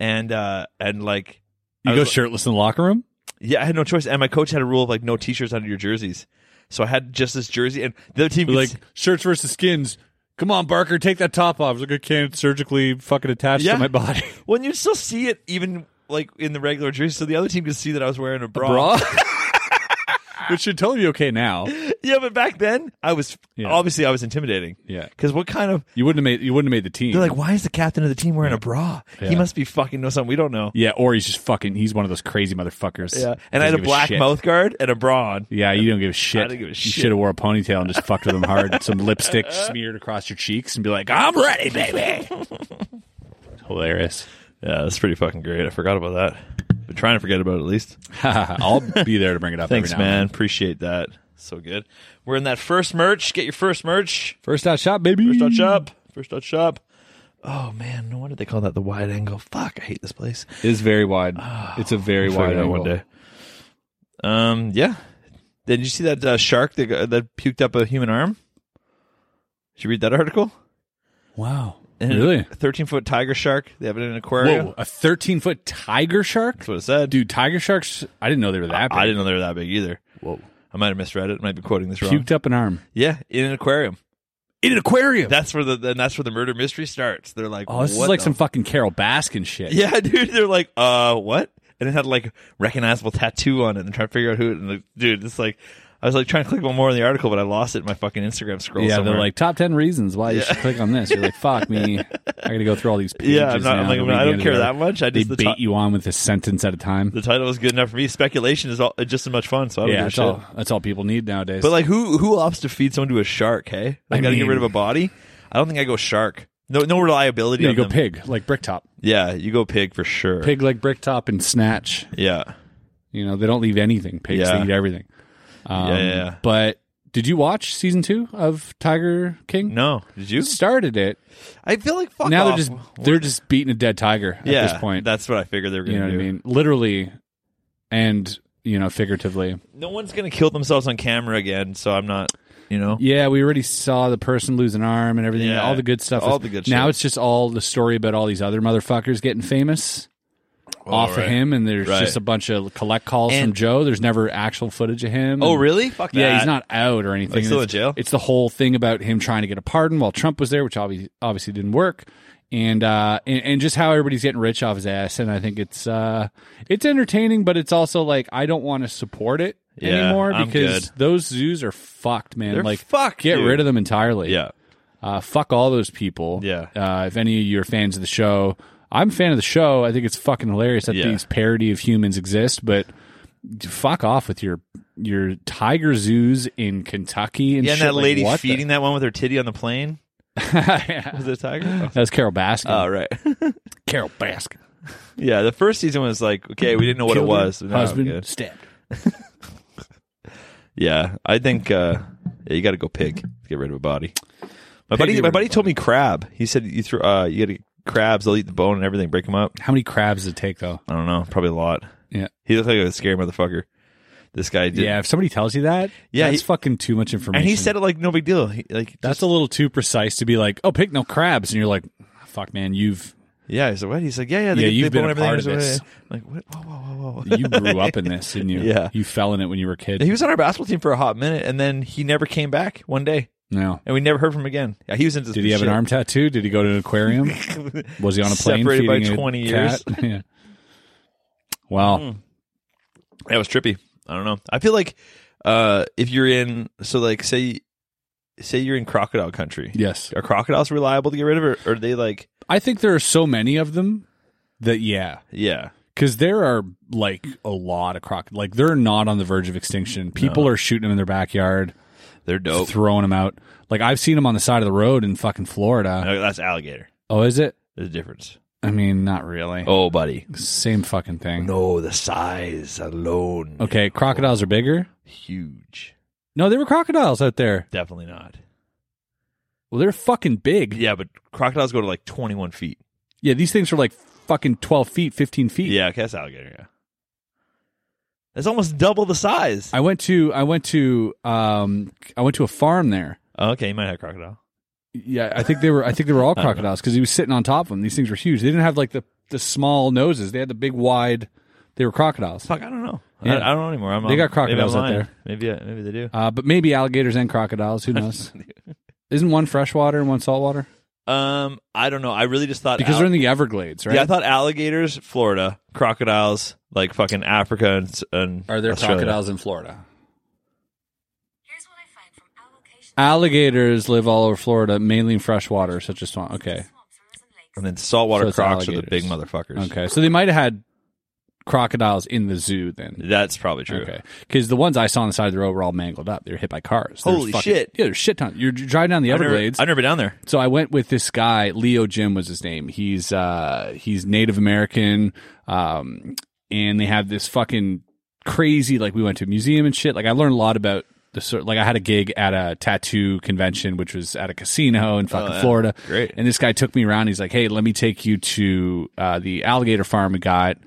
C: And uh and like I
B: you go
C: was-
B: shirtless in the locker room.
C: yeah, I had no choice. And my coach had a rule of like no t-shirts under your jerseys. So I had just this jersey, and the other team
B: Be
C: could
B: like
C: s-
B: shirts versus skins. Come on, Barker, take that top off. It's like I can't surgically fucking attach
C: Yeah.
B: to my body.
C: Well, and you'd still see it even like in the regular jersey, so the other team could see that I was wearing a
B: Bra.
C: bra.
B: Which should totally be okay now.
C: Yeah, but back then I was
B: Yeah.
C: obviously I was intimidating.
B: Yeah.
C: because what kind of
B: You wouldn't have made you wouldn't have made the team.
C: they're like, why is the captain of the team wearing a bra? He
B: Yeah.
C: must be fucking know something we don't know.
B: yeah, or he's just fucking he's one of those crazy motherfuckers.
C: Yeah, and I had
B: Doesn't
C: a
B: give
C: black
B: shit.
C: mouth guard and a bra on.
B: Yeah, you don't give a shit.
C: didn't give a
B: you
C: shit.
B: should have wore a ponytail and just fucked with them hard. Some lipstick smeared across your cheeks and be like, I'm ready, baby. Hilarious.
C: Yeah, that's pretty fucking great. I forgot about that. Been trying to forget about it at least.
B: I'll be there to bring it up.
C: Thanks,
B: every now and
C: man.
B: then.
C: Appreciate that. So good. We're in that first merch. Get your first merch.
B: First out shop, baby.
C: First dot shop. First dot shop. Oh man, no wonder they call that the wide angle. Fuck, I hate this place.
B: It is very wide. It's a very
C: Figure
B: wide
C: it out
B: angle.
C: one day. Um, yeah. Did you see that uh, shark that got- that puked up a human arm? Did you read that article?
B: Wow.
C: And
B: really?
C: A Thirteen foot tiger shark. They have it in an aquarium.
B: Whoa, a 13 foot tiger shark?
C: That's what it said.
B: Dude, tiger sharks, I didn't know they were that big.
C: I didn't know they were that big either.
B: Whoa.
C: I might have misread it. I might be quoting this wrong.
B: Puked up an arm.
C: Yeah, in an aquarium.
B: In an aquarium.
C: That's where the then that's where the murder mystery starts. They're like,
B: oh, this is
C: what
B: like
C: the
B: some fucking Carol Baskin shit.
C: Yeah, dude. They're like, uh, what? And it had like recognizable tattoo on it, and trying to figure out who. It, and like, dude, it's like, I was like trying to click one more in the article, but I lost it in my fucking Instagram scroll.
B: Yeah,
C: somewhere.
B: they're like top ten reasons why you should click on this. You're like, fuck me, I gotta go through all these pages.
C: Yeah, I'm not-
B: now
C: I'm like,
B: to
C: I'm
B: read
C: not-
B: the
C: I don't
B: end of
C: care
B: the
C: that
B: article."
C: much. I just-
B: they
C: the
B: bait
C: top-
B: you on with a sentence at a time.
C: the title is good enough for me. Speculation is all, just as much fun, so I don't
B: yeah,
C: give a
B: that's
C: shit.
B: all, that's all people need nowadays.
C: But like, who who opts to feed someone to a shark? Hey, I
B: I
C: gotta get
B: mean-
C: rid of a body. I don't think I go shark. No, no reliability.
B: you
C: on
B: go
C: them.
B: pig, like Bricktop,
C: Yeah, you go pig for sure.
B: pig like Bricktop and Snatch.
C: Yeah.
B: You know, they don't leave anything. Pigs,
C: Yeah.
B: they eat everything. Um,
C: Yeah, yeah, yeah.
B: But did you watch season two of Tiger King?
C: No, did you?
B: started it.
C: I feel like fuck
B: now
C: off.
B: they're just they're just beating a dead tiger at
C: yeah.
B: this point.
C: that's what I figured they were gonna
B: you know what I
C: do.
B: mean? Literally, and you know, figuratively.
C: No one's gonna kill themselves on camera again, so I'm not. You know.
B: Yeah, we already saw the person lose an arm and everything.
C: Yeah.
B: all the good stuff.
C: All
B: is-
C: the good
B: Now
C: shit.
B: it's just all the story about all these other motherfuckers getting famous off
C: right.
B: of him, and there's
C: Right.
B: just a bunch of collect calls from
C: And-
B: Joe. There's never actual footage of him.
C: Oh
B: and-
C: really? Fuck that.
B: Yeah, he's not out or anything.
C: Like, still
B: it's,
C: in jail?
B: It's the whole thing about him trying to get a pardon while Trump was there, which obviously obviously didn't work. And, uh, and and just how everybody's getting rich off his ass, and I think it's uh, it's entertaining, but it's also like I don't want to support it
C: Yeah,
B: anymore
C: I'm
B: because
C: good.
B: those zoos are fucked, man.
C: They're
B: like
C: fucked,
B: get
C: dude.
B: rid of them entirely.
C: Yeah.
B: uh, fuck all those people.
C: Yeah.
B: uh, if any of you are fans of the show, I'm a fan of the show. I think it's fucking hilarious that
C: Yeah.
B: these parody of humans exist, but fuck off with your your tiger zoos in Kentucky and
C: Yeah, and
B: shit.
C: that
B: Like,
C: lady
B: what the-
C: feeding that one with her titty on the plane
B: Yeah.
C: was it a tiger?
B: That was Carol Baskin.
C: Oh, right.
B: Carol Baskin.
C: yeah, the first season was like okay, we didn't know what it
B: Killed her
C: was. but now I'm
B: husband
C: good.
B: stabbed.
C: Yeah, I think uh, yeah, you got to go pig to get rid of a body. My buddy,
B: get
C: my
B: rid
C: buddy
B: of
C: told me crab. He said you throw uh, you got to crabs. They'll eat the bone and everything, break them up.
B: How many crabs did it take though?
C: I don't know, probably a lot.
B: Yeah.
C: He looked like a scary motherfucker. This guy did.
B: Yeah, if somebody tells you that,
C: Yeah,
B: that's
C: he-
B: fucking too much information.
C: and he said it like no big deal. He, like
B: that's
C: just-
B: a little too precise to be like, oh, pick no crabs, and you're like, fuck, man, you've
C: yeah. He's like what? He's like yeah, yeah. They,
B: Yeah,
C: get-
B: you've
C: they bone
B: been a
C: everything
B: part
C: is
B: of
C: away.
B: this.
C: Like what? Whoa, whoa, whoa, whoa.
B: you grew up in this, didn't you?
C: Yeah.
B: you fell in it when you were a kid.
C: He was on our basketball team for a hot minute, and then he never came back one day,
B: no.
C: and we never heard from him again. Yeah, he was into
B: Did he have an arm tattoo? Did he go to an aquarium? Was he on a plane?
C: Separated by
B: feeding a
C: 20 years. Hmm.
B: cat? yeah. Wow.
C: That was trippy. I don't know. I feel like uh, if you're in, so like say, say you're in crocodile country.
B: Yes.
C: Are crocodiles reliable to get rid of, or, or are they like,
B: I think there are so many of them that yeah,
C: yeah,
B: because there are like a lot of croc. Like they're not on the verge of extinction. People are shooting them in their backyard,
C: they're dope.
B: throwing them out. Like I've seen them on the side of the road in fucking Florida.
C: No, Uh, that's alligator.
B: Oh, is it?
C: There's a difference.
B: I mean, not really.
C: Oh, buddy.
B: Same fucking thing.
C: No, the size alone.
B: Okay, crocodiles are bigger.
C: Huge.
B: No, there were crocodiles out there.
C: Definitely not.
B: Well, they're fucking big.
C: Yeah, but crocodiles go to like 21 feet.
B: Yeah, these things are like fucking 12 feet, 15 feet.
C: Yeah, okay, that's alligator. Yeah, that's almost double the size.
B: I went to I went to um I went to a farm there.
C: Oh, okay, you might have crocodile.
B: Yeah, I think they were I think they were all
C: don't know.
B: crocodiles because he was sitting on top of them. These things were huge. They didn't have like the the small noses. They had the big wide. They were crocodiles.
C: Fuck, I don't know.
B: Yeah.
C: I, I don't know anymore. I'm,
B: They got
C: I'm- maybe I'm
B: crocodiles out
C: lying.
B: there.
C: Maybe uh, maybe they do.
B: Uh, but maybe alligators and crocodiles. Who knows? Isn't one freshwater and one saltwater?
C: Um, I don't know. I really just thought
B: Because
C: al-
B: they're in the Everglades, right?
C: yeah, I thought alligators, Florida, crocodiles, like fucking Africa and, and
B: Are there
C: Australia.
B: crocodiles in Florida?
D: Here's what I find from our location.
B: Alligators live all over Florida, mainly in freshwater, such as swamp. Okay.
D: Swamps, rivers, and lakes.
C: And then saltwater
B: So it's
C: crocs are the
B: alligators.
C: big motherfuckers.
B: Okay. So they might have had crocodiles in the zoo then.
C: That's probably true.
B: Okay. Because the ones I saw on the side of the road were all mangled up. They were hit by cars. There was
C: Holy
B: fucking-
C: shit.
B: Yeah, there's shit ton. You're driving down the
C: I've, never,
B: Everglades.
C: I've never been down there.
B: so I went with this guy, Leo Jim was his name. He's uh he's Native American, um, and they have this fucking crazy like we went to a museum and shit. Like I learned a lot about the sort like I had a gig at a tattoo convention, which was at a casino in fucking
C: Oh, yeah.
B: Florida.
C: Great.
B: And this guy took me around. He's like, Hey, let me take you to uh the alligator farm we got.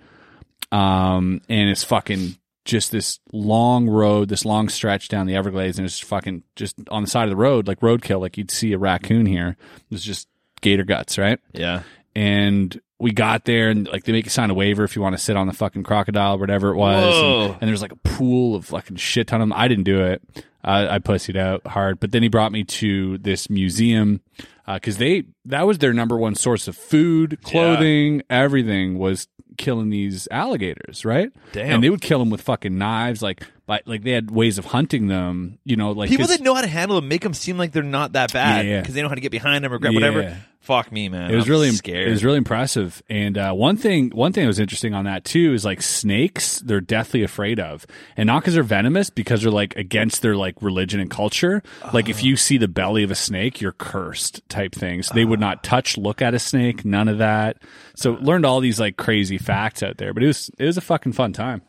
B: Um and it's fucking just this long road, this long stretch down the Everglades, and it's fucking just on the side of the road, like roadkill, like you'd see a raccoon here. It's just gator guts, right?
C: Yeah.
B: And we got there, and like they make you sign a waiver if you want to sit on the fucking crocodile, whatever it was.
C: Whoa.
B: And, and there's like a pool of fucking shit ton of them. I didn't do it. I I pussied out hard. But then he brought me to this museum because they that was their number one source of food, clothing, everything was killing these alligators, right?
C: Damn.
B: And they would kill them with fucking knives, like by, like they had ways of hunting them. You know, like
C: People
B: 'cause
C: that know how to handle them make them seem like they're not that bad
B: Yeah, yeah.
C: because they know how to get behind them or grab
B: Yeah.
C: whatever. Fuck me, man.
B: it was
C: I'm
B: really
C: scared.
B: It was really impressive. And uh, one thing, one thing that was interesting on that too is like snakes, they're deathly afraid of, and not because they're venomous, because they're like against their like religion and culture. Like if you see the belly of a snake, you're cursed type things. They would not touch, look at a snake, none of that. So learned all these like crazy facts out there. But it was it was a fucking fun time.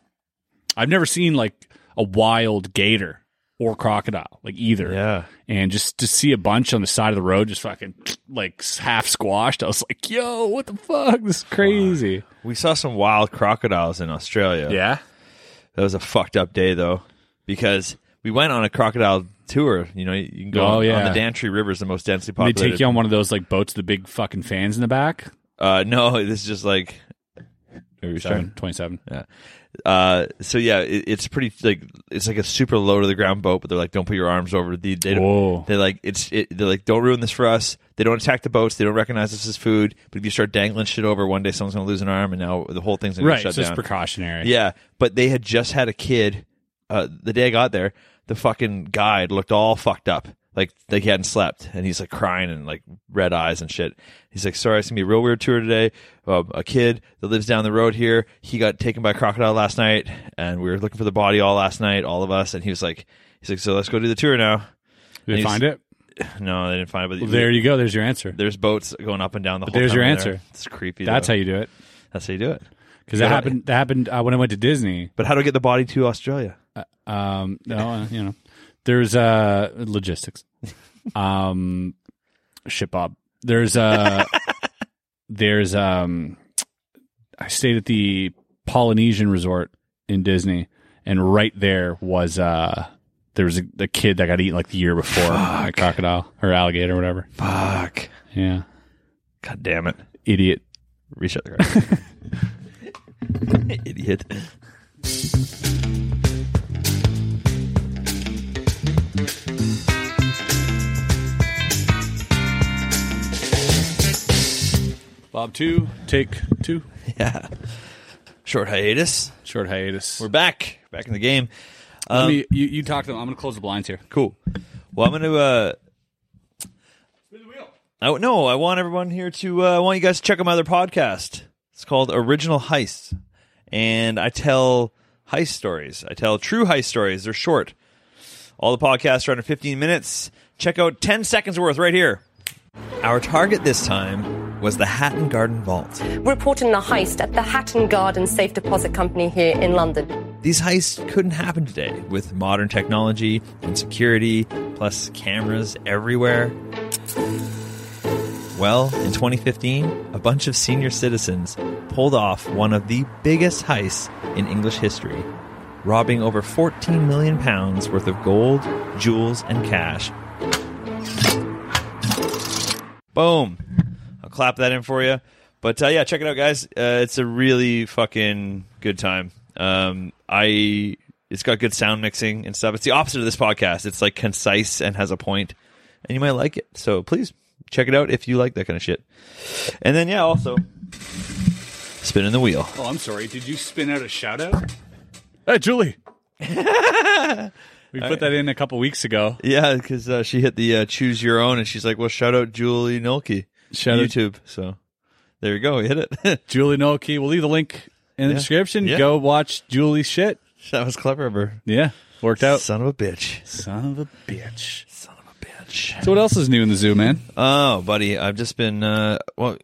B: I've never seen like a wild gator or crocodile, like either
C: yeah.
B: and just to see a bunch on the side of the road just fucking like half squashed i was like yo what the fuck this is crazy
C: We saw some wild crocodiles in Australia.
B: yeah
C: That was a fucked up day though, because we went on a crocodile tour. You know, you can go
B: Oh,
C: on, on
B: yeah.
C: the Dantry River is the most densely
B: they
C: populated.
B: take you on one of those like boats with the big fucking fans in the back
C: Uh, no, this is just like. Maybe we
B: Seven, 27
C: Yeah. Uh, so yeah, it, it's pretty like it's like a super low to the ground boat, but they're like, don't put your arms over the. They don't-
B: Whoa.
C: They're like, it's it, they're like, don't ruin this for us. They don't attack the boats. They don't recognize this as food. But if you start dangling shit over, one day someone's gonna lose an arm, and now the whole thing's gonna
B: right
C: get
B: so
C: shut
B: it's
C: down.
B: precautionary
C: Yeah, but they had just had a kid. Uh, the day I got there, the fucking guide looked all fucked up, like like he hadn't slept, and he's like crying and like red eyes and shit. He's like, "Sorry, it's gonna be a real weird tour today. Um, a kid that lives down the road here, he got taken by a crocodile last night, and we were looking for the body all last night, all of us." And he was like, "He's like, so let's go do the tour now."
B: did you
C: He's-
B: find it
C: No, they didn't find it. But
B: there you go there's your answer
C: there's boats going up and down the whole.
B: there's
C: time
B: your
C: we're
B: answer.
C: There. It's creepy.
B: that's
C: though.
B: how you do it
C: that's how you do it.
B: because that
C: Yeah.
B: happened that happened uh, when i went to disney
C: But how do I get the body to Australia?
B: um no uh, you know there's uh logistics um shit bob there's uh there's um i stayed at the polynesian resort in disney and right there was uh there was a, a kid that got eaten like the year before by a crocodile or alligator or whatever
C: Fuck.
B: yeah
C: God damn it.
B: idiot
C: Reach out the ground. Idiot.
B: bob two take two
C: Yeah. Short hiatus.
B: short hiatus Um,
C: We're back. Back in the game.
B: Let me- you, you talk to them i'm gonna close the blinds here
C: Cool. Well, I'm gonna. Uh, I, no, I want everyone here to. Uh, I want you guys to check out my other podcast. It's called Original Heists, and I tell heist stories. I tell true heist stories. They're short. All the podcasts are under 15 minutes. Check out 10 seconds worth right here. Our target this time was the Hatton Garden Vault.
E: reporting a heist at the Hatton Garden Safe Deposit Company here in London.
C: These heists couldn't happen today with modern technology and security, plus cameras everywhere. Well, in 2015, a bunch of senior citizens pulled off one of the biggest heists in English history, robbing over 14 million pounds worth of gold, jewels, and cash. Boom. I'll clap that in for you. But uh, yeah, check it out, guys. Uh, it's a really fucking good time. Um, I it's got good sound mixing and stuff. It's the opposite of this podcast. It's like concise and has a point, and you might like it. So please check it out if you like that kind of shit. And then yeah, also spinning the wheel.
B: Oh, I'm sorry. Did you spin out a shout out? Hey, Julie. we put that in a couple weeks ago.
C: Yeah, because uh, she hit the uh, choose your own, and she's like, "Well, shout out Julie Nolke,
B: Shout out-
C: YouTube." So there you go, you hit it.
B: Julie Nolke. We'll leave the link in the
C: Yeah.
B: description.
C: Yeah.
B: Go watch Julie's shit.
C: that was clever of her.
B: Yeah, worked out.
C: Son of a bitch.
B: Son of a bitch.
C: Son of a bitch.
B: So what else is new in the zoo, man?
C: Oh, buddy, I've just been uh, well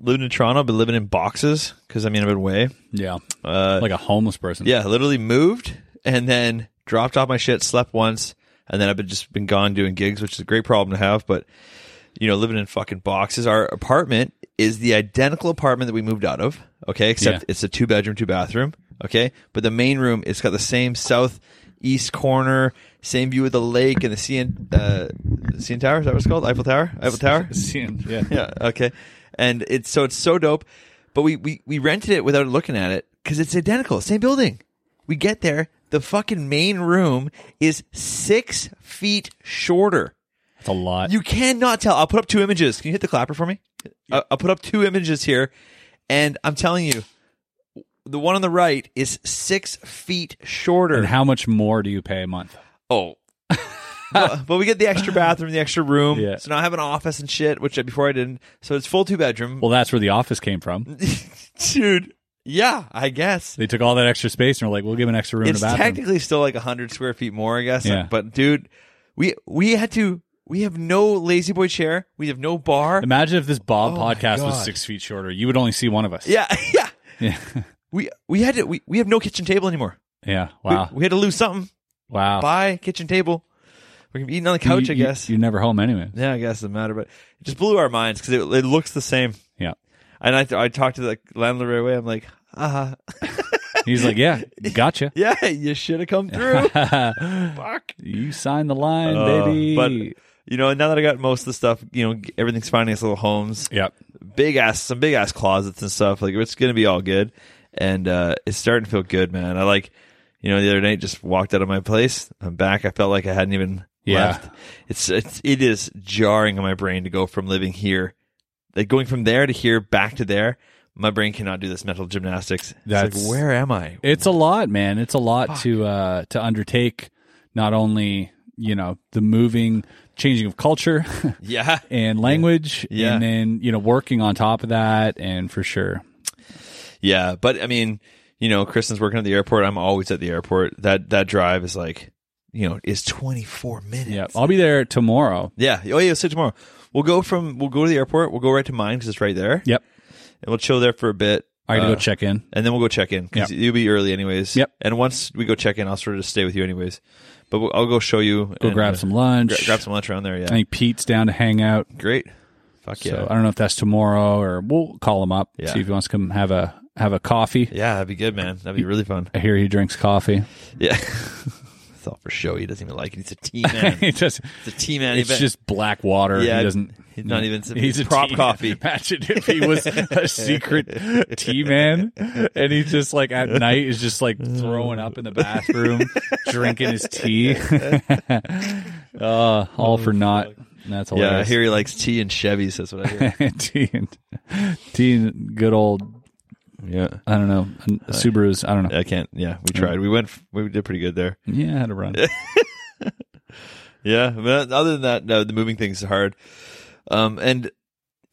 C: living in Toronto, but living in boxes because I mean I've been away.
B: Yeah,
C: Uh,
B: like a homeless person.
C: yeah, literally moved and then dropped off my shit, slept once, and then I've been just been gone doing gigs, which is a great problem to have. But you know, living in fucking boxes. Our apartment is the identical apartment that we moved out of. Okay, except
B: Yeah.
C: it's a two bedroom, two bathroom. Okay, but the main room it's got the same south east corner, same view of the lake and the CN uh, CN Tower. Is that what it's called? Eiffel Tower. Eiffel Tower.
B: Seeing- yeah.
C: yeah okay and it's so it's so dope but we we, we rented it without looking at it because it's identical same building we get there the fucking main room is six feet shorter
B: That's a lot.
C: you cannot tell i'll put up two images can you hit the clapper for me I- i'll put up two images here and i'm telling you the one on the right is six feet shorter
B: and how much more do you pay a month?
C: Oh. but, but we get the extra bathroom, the extra room.
B: Yeah.
C: So now I have an office and shit, which I- before I didn't. So it's full two bedroom.
B: Well, that's where the office came from.
C: Dude. Yeah, I guess.
B: They took all that extra space and were like, "We'll give an extra room
C: It's
B: in a bathroom."
C: technically still like 100 square feet more, I guess.
B: Yeah.
C: But dude, we we had to we have no lazy boy chair. We have no bar.
B: Imagine if this Bob
C: Oh my
B: podcast was
C: God.
B: six feet shorter. You would only see one of us.
C: Yeah, yeah.
B: Yeah.
C: We we had to we, we have no kitchen table anymore.
B: Yeah.
C: We-
B: Wow.
C: We, had to lose something.
B: wow.
C: Buy kitchen table. We can be eating on the couch,
B: Ah. You-
C: I
B: you-
C: guess.
B: You're never home anyway.
C: yeah, I guess it doesn't matter, but it just blew our minds because it, it looks the same.
B: Yeah.
C: And I, I talked to the landlord right away. I'm like, uh,
B: He's like, "Yeah, gotcha.
C: yeah, you should have come through. Fuck.
B: You signed the line,
C: Uh,
B: baby."
C: But, you know, now that I got most of the stuff, you know, everything's finding its little homes.
B: yep.
C: Big ass, some big ass closets and stuff. Like, it's going to be all good. And uh, it's starting to feel good, man. I like, you know, the other night just walked out of my place. I'm back. I felt like I hadn't even
B: Yeah.
C: left. It's, it's, it is jarring on my brain to go from living here, like going from there to here back to there. My brain cannot do this mental gymnastics. It's like,
B: That's-
C: where am I?
B: It's a lot, man. It's a lot to uh to undertake not only, you know, the moving, changing of culture
C: Yeah.
B: and language
C: Yeah.
B: and then, you know, working on top of that and for sure.
C: Yeah, but I mean, you know, Kristen's working at the airport. I'm always at the airport. That that drive is like, you know, is 24 minutes.
B: Yeah. I'll be there tomorrow.
C: Yeah. Oh yeah. So tomorrow we'll go from we'll go to the airport. We'll go right to mine because it's right there.
B: Yep.
C: And we'll chill there for a bit.
B: I got to
C: Uh,
B: go check in.
C: And then we'll go check in because
B: Yep.
C: you'll be early anyways.
B: Yep.
C: And once we go check in, I'll sort of just stay with you anyways. But we'll, I'll go show you.
B: Go
C: and,
B: grab
C: uh,
B: some lunch.
C: gra- grab some lunch around there.
B: I
C: Yeah.
B: think Pete's down to hang out.
C: Great. Fuck yeah.
B: So I don't know if that's tomorrow or we'll call him up.
C: Yeah.
B: See if he wants to come have a have a coffee.
C: yeah, that'd be good, man. That'd be really fun.
B: I hear he drinks coffee.
C: Yeah. it's all for show. He doesn't even like it. He's a T man.
B: he just
C: It's a T man.
B: it's just black water.
C: Yeah,
B: he doesn't.
C: he's not even-
B: He's a
C: prop
B: tea-
C: coffee.
B: Imagine if he was a secret tea man, and he's just like at night is just like throwing up in the bathroom, drinking his tea. uh, all for naught. And That's
C: yeah, I
B: hilarious.
C: hear he likes tea and Chevys. That's what I hear.
B: tea and tea and good old
C: yeah,
B: I don't know Subarus. I don't know.
C: I can't. Yeah, we tried. We went. f- We did pretty good there.
B: Yeah, I had a run.
C: Yeah. But other than that, no, the moving thing's hard. Um, and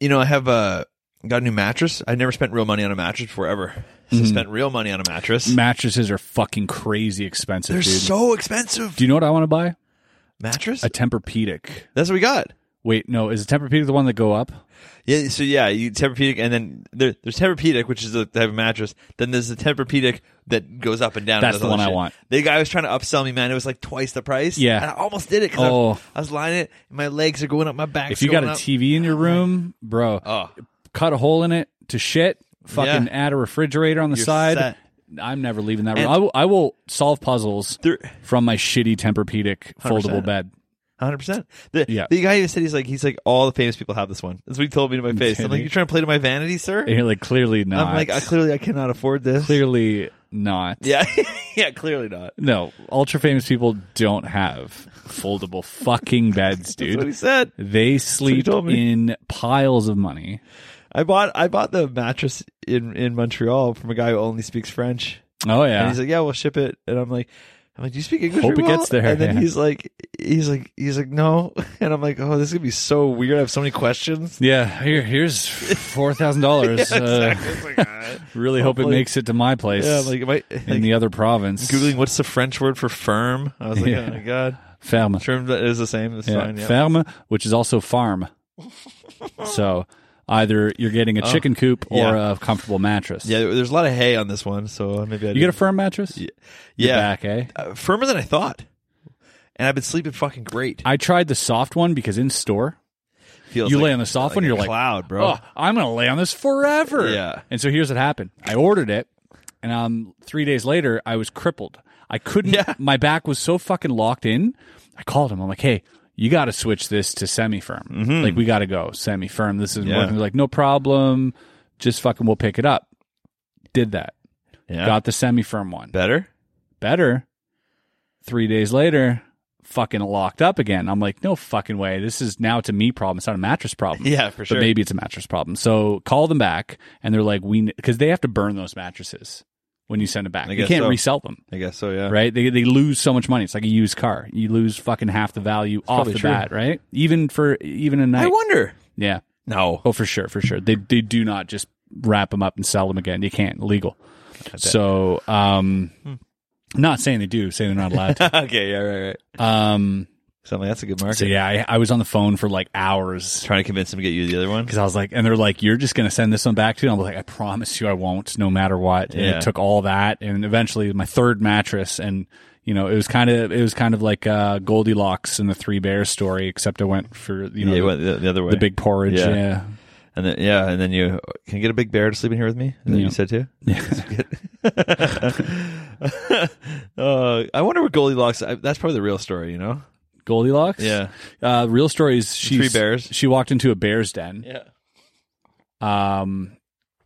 C: you know, I have uh, got a new mattress. I never spent real money on a mattress before ever. So
B: Mm-hmm.
C: spent real money on a mattress.
B: Mattresses are fucking crazy expensive,
C: They're
B: dude.
C: so expensive.
B: Do you know what I want to buy?
C: mattress.
B: A Tempur-Pedic.
C: That's what we got.
B: Wait, no, is the Tempur-Pedic the one that go up?
C: Yeah, so yeah, you Tempur-Pedic, and then there, there's Tempur-Pedic, which is the type of mattress. Then there's the Tempur-Pedic that goes up and down. and
B: That's
C: does
B: the
C: all
B: one I
C: that shit.
B: want.
C: The guy was trying to upsell me, man. It was like twice the price.
B: Yeah.
C: and I almost did it because
B: Oh.
C: I was lying it. and My legs are going up, my back.
B: If you got a TV in your room, bro,
C: Oh.
B: cut a hole in it to shit. Fucking
C: Yeah.
B: add a refrigerator on the
C: You're
B: side.
C: set.
B: I'm never leaving that room.
C: And-
B: I will, I will solve puzzles
C: There-
B: from my shitty Tempur-Pedic foldable
C: 100%.
B: bed.
C: hundred percent. The
B: Yeah.
C: the guy even said he's like he's like all the famous people have this one. That's what he told me to my face. I'm
B: Kidding.
C: like, you're trying to play to my vanity, sir.
B: And you're like, clearly not.
C: I'm like, I, clearly I cannot afford this.
B: clearly not.
C: Yeah, yeah, clearly not.
B: No, ultra famous people don't have foldable fucking beds,
C: That's what he
B: dude.
C: said.
B: They sleep
C: told me.
B: in piles of money.
C: I bought I bought the mattress in in Montreal from a guy who only speaks French.
B: Oh yeah,
C: And he's like, "Yeah, we'll ship it." And I'm like, "I'm like, do you speak English?"
B: Hope
C: very
B: it
C: well?"
B: gets there,
C: And then
B: yeah.
C: he's like, he's like, he's like, "No," and I'm like, "Oh, this is gonna be so weird. I have so many questions."
B: yeah. Here, here's four thousand dollars. uh,
C: Exactly. It's like, ah.
B: Really hope it
C: Hopefully-
B: makes it to my place
C: yeah, I'm like, am I,
B: in
C: like,
B: the other province.
C: googling what's the French word for firm? I was like,
B: Yeah.
C: "Oh my god,
B: ferme,
C: term that is the same. It's
B: yeah.
C: fine." Yeah.
B: ferme, which is also farm. so either you're getting a chicken coop or
C: Oh, yeah.
B: a comfortable mattress.
C: yeah, there's a lot of hay on this one, so maybe I
B: you get a
C: didn't-
B: firm mattress. Yeah,
C: yeah,
B: back, eh?
C: Uh, firmer than I thought. And I've been sleeping fucking great.
B: I tried the soft one because in store
C: Feels
B: you
C: like-
B: lay on the soft one,
C: a
B: you're like,
C: cloud, bro.
B: Oh, I'm gonna lay on this forever.
C: Yeah.
B: And so here's what happened. I ordered it, and um, three days later, I was crippled. I couldn't.
C: Yeah.
B: My back was so fucking locked in. I called him. I'm like, hey. You got to switch this to semi firm. Like, we got to go semi firm. This isn't
C: Mm-hmm. Yeah.
B: working. They're like, no problem. Just fucking, we'll pick it up. Did that.
C: Yeah.
B: Got the semi firm one.
C: better.
B: Better. Three days later, fucking locked up again. I'm like, no fucking way. This is now to me problem. It's not a mattress problem
C: Yeah, for sure.
B: but maybe it's a mattress problem. So call them back, and they're like, we because they have to burn those mattresses when you send them back.
C: I
B: They
C: guess
B: can't
C: so.
B: resell them,
C: I guess so. Yeah.
B: right? They they lose so much money. It's like a used car. You lose fucking half the value off
C: probably
B: the
C: true.
B: bat, right? Even for even a night.
C: I wonder.
B: yeah.
C: No.
B: Oh, for sure, for sure. They they do not just wrap them up and sell them again. You can't legal. So, um, not saying they do, saying they're not allowed to.
C: okay. Yeah. Right. Right.
B: um,
C: So I'm like, that's a good market.
B: so yeah, I, I was on the phone for like hours
C: Trying to convince him to get you the other one.
B: because I was like, and they're like, you're just going to send this one back to you. And I'm like, I promise you I won't, no matter what. And
C: Yeah.
B: it took all that. And eventually my third mattress and, you know, it was kind of, it was kind of like, uh, Goldilocks and the three bears story, except I went for, you know,
C: yeah, you
B: the,
C: went the, the other way.
B: the big porridge.
C: Yeah.
B: Yeah.
C: and then yeah, and then you can you get a big bear to sleep in here with me. And then you
B: Yeah.
C: said too. uh, I wonder what Goldilocks. I, that's probably the real story, you know.
B: Goldilocks.
C: Yeah.
B: Uh, real story is she,
C: Three bears.
B: she walked into a bear's den,
C: Yeah.
B: um,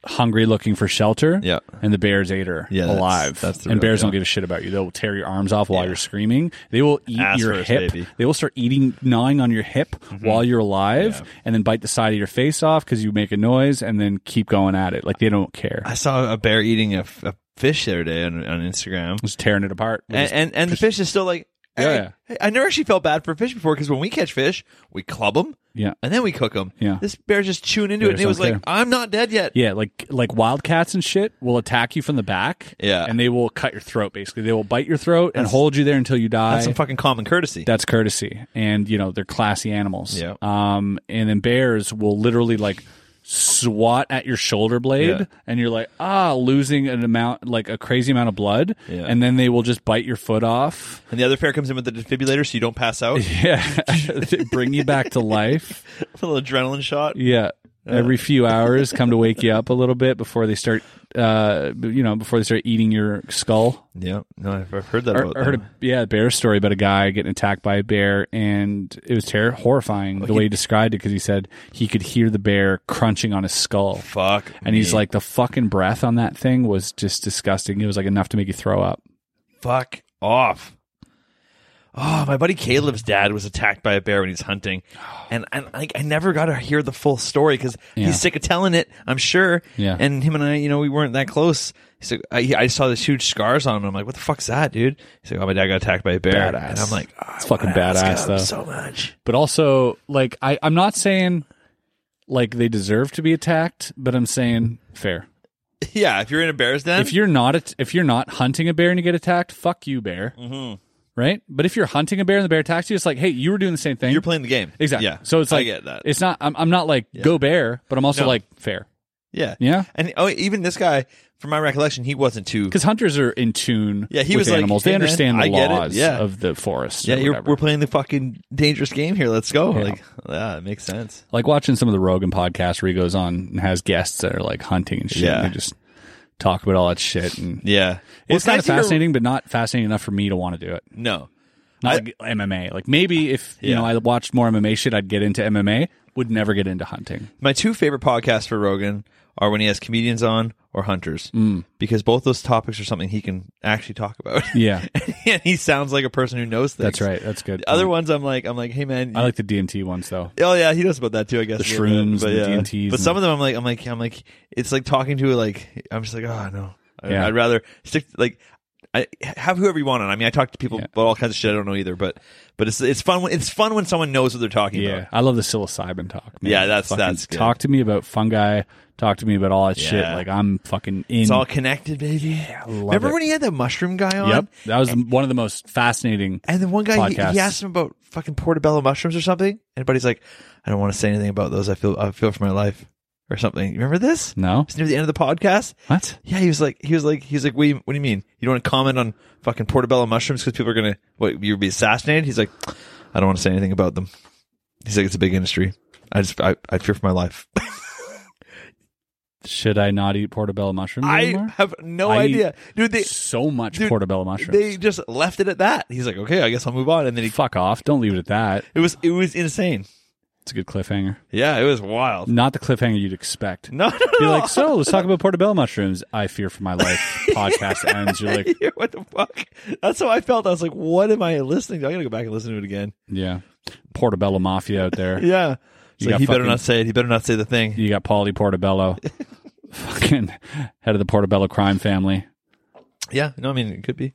B: hungry looking for shelter.
C: Yeah.
B: And the bears ate her
C: Yeah, that's-
B: alive.
C: that's the
B: and
C: real
B: bears
C: deal.
B: don't give a shit about you. They'll tear your arms off while you're screaming. They will eat
C: Ass
B: your
C: first,
B: hip.
C: baby. Mm-hmm.
B: They will start eating, gnawing on your hip while you're alive, and then bite the side of your face off because you make a noise, and then keep going at it like they don't care.
C: I saw a bear eating a, f- a fish the other day on, on Instagram,
B: Just tearing it apart. We're
C: and
B: just-
C: and, and the fish is still like.
B: Yeah,
C: hey,
B: yeah.
C: hey, I never actually felt bad for fish before because when we catch fish, we club them
B: yeah.
C: and then we cook them.
B: Yeah.
C: This bear's just chewing into it,
B: Bears
C: and it was
B: don't
C: like,
B: care.
C: "I'm not dead yet."
B: Yeah, like like wildcats and shit will attack you from the back.
C: Yeah.
B: and they will cut your throat. Basically, they will bite your throat and hold you there until you die.
C: That's some fucking common courtesy.
B: That's courtesy, and you know they're classy animals.
C: Yeah.
B: Um, and then bears will literally like swat at your shoulder blade,
C: Yeah.
B: and you're like ah, losing an amount like a crazy amount of blood,
C: Yeah.
B: and then they will just bite your foot off.
C: and the other pair comes in with the defibrillator, so you don't pass out.
B: Yeah, They bring you back to life.
C: a little adrenaline shot.
B: Yeah. Every few hours, come to wake you up a little bit before they start, uh, you know, before they start eating your skull.
C: Yeah, no, I've I've heard that
B: I
C: about.
B: I heard
C: them.
B: a yeah a bear story about a guy getting attacked by a bear, and it was terror horrifying the way he described it because he said he could hear the bear crunching on his skull,
C: fuck,
B: and he's
C: me.
B: like the fucking breath on that thing was just disgusting. It was like enough to make you throw up.
C: fuck off. Oh, my buddy Caleb's dad was attacked by a bear when he's hunting, and and I, I never got to hear the full story because
B: Yeah.
C: he's sick of telling it. I'm sure.
B: Yeah.
C: And him and I, you know, we weren't that close. He's like, I, I saw these huge scars on him. I'm like, what the fuck's that, dude? He's like, oh, my dad got attacked by a bear,
B: Badass.
C: and I'm like, oh,
B: It's fucking
C: I wanna ask
B: badass,
C: him
B: though.
C: So much.
B: But also, like I I'm not saying like they deserve to be attacked, but I'm saying fair.
C: Yeah, if you're in a bear's den, Mm-hmm.
B: If you're not at, if you're not hunting a bear and you get attacked, fuck you, bear. right? But if you're hunting a bear and the bear attacks you, it's like, hey, you were doing the same thing.
C: You're playing the game.
B: exactly.
C: Yeah.
B: So it's like
C: I get that.
B: It's not. I'm, I'm not like go bear, but I'm also
C: No.
B: like fair.
C: yeah.
B: Yeah.
C: And oh, even this guy, from my recollection, he wasn't too.
B: Because hunters are in tune
C: Yeah, he
B: with
C: was like,
B: animals.
C: "Hey,
B: they
C: man,
B: understand
C: I
B: the
C: get it.
B: laws
C: Yeah.
B: of the forest.
C: Yeah,
B: or
C: you're,
B: whatever.
C: we're playing the fucking dangerous game here. Let's go.
B: Yeah.
C: Like, yeah, it makes sense.
B: like watching some of the Rogan podcasts where he goes on and has guests that are like hunting and shit.
C: Yeah.
B: And they just talk about all that shit. And
C: Yeah, Well,
B: it's kind of
C: nice to hear-
B: fascinating, but not fascinating enough for me to want to do it.
C: No,
B: Not like MMA. Like maybe if you
C: Yeah.
B: know I watched more MMA shit, I'd get into MMA. Would never get into hunting.
C: my two favorite podcasts for Rogan are when he has comedians on or hunters, mm. because both those topics are something he can actually talk about.
B: Yeah,
C: and he sounds like a person who knows things.
B: that's right. That's good.
C: The other
B: point.
C: ones, I'm like, I'm like, hey man,
B: I like the DMT ones though.
C: Oh yeah, he knows about that too. I guess
B: The
C: a little bit,
B: shrooms and the
C: yeah.
B: DMTs
C: But
B: and-
C: some of them, I'm like, I'm like, I'm like, it's like talking to like, I'm just like, oh no, I,
B: Yeah.
C: I'd rather stick like, I have whoever you want on. I mean, I talk to people
B: Yeah.
C: about all kinds of shit. I don't know either, but but it's it's fun. When, it's fun when someone knows what they're talking
B: Yeah,
C: about.
B: I love the psilocybin talk. Man.
C: Yeah, that's-
B: Fucking
C: that's good.
B: Talk to me about fungi. Talk to me about all that shit.
C: Yeah.
B: Like I'm fucking in.
C: It's all connected, baby. Remember
B: it.
C: when he had that mushroom guy on?
B: yep, that was one of the most fascinating.
C: And then one guy, he,
B: podcasts.
C: he asked him about fucking portobello mushrooms or something, and buddy's like, I don't want to say anything about those. I feel I feel for my life or something. You remember this?
B: No,
C: It's near the end of the podcast.
B: what?
C: Yeah, he was like, he was like, he was like, what do you, what do you mean? You don't want to comment on fucking portobello mushrooms because people are gonna, what, you'd be assassinated? He's like, I don't want to say anything about them. He's like, it's a big industry. I just, I, I fear for my life.
B: Should I not eat portobello mushrooms
C: I
B: anymore?
C: have no
B: I eat
C: idea, dude. They,
B: so much
C: dude,
B: portobello mushrooms.
C: they just left it at that. He's like, okay, I guess I'll move on. And then he,
B: Fuck off! Don't leave it at that.
C: it was, it was insane.
B: It's a good cliffhanger.
C: Yeah, it was wild.
B: Not the cliffhanger you'd expect.
C: No, no,
B: Be
C: no.
B: like, so let's talk about portobello mushrooms. I fear for my life. Podcast ends. You're like,
C: what the fuck? That's how I felt. I was like, what am I listening to? I gotta go back and listen to it again.
B: yeah, portobello mafia out there.
C: Yeah. It's
B: You
C: like,
B: got
C: he better
B: fucking-
C: not say it. He better not say the thing.
B: You got Paulie Portobello, fucking head of the Portobello crime family.
C: Yeah, no, I mean it could be.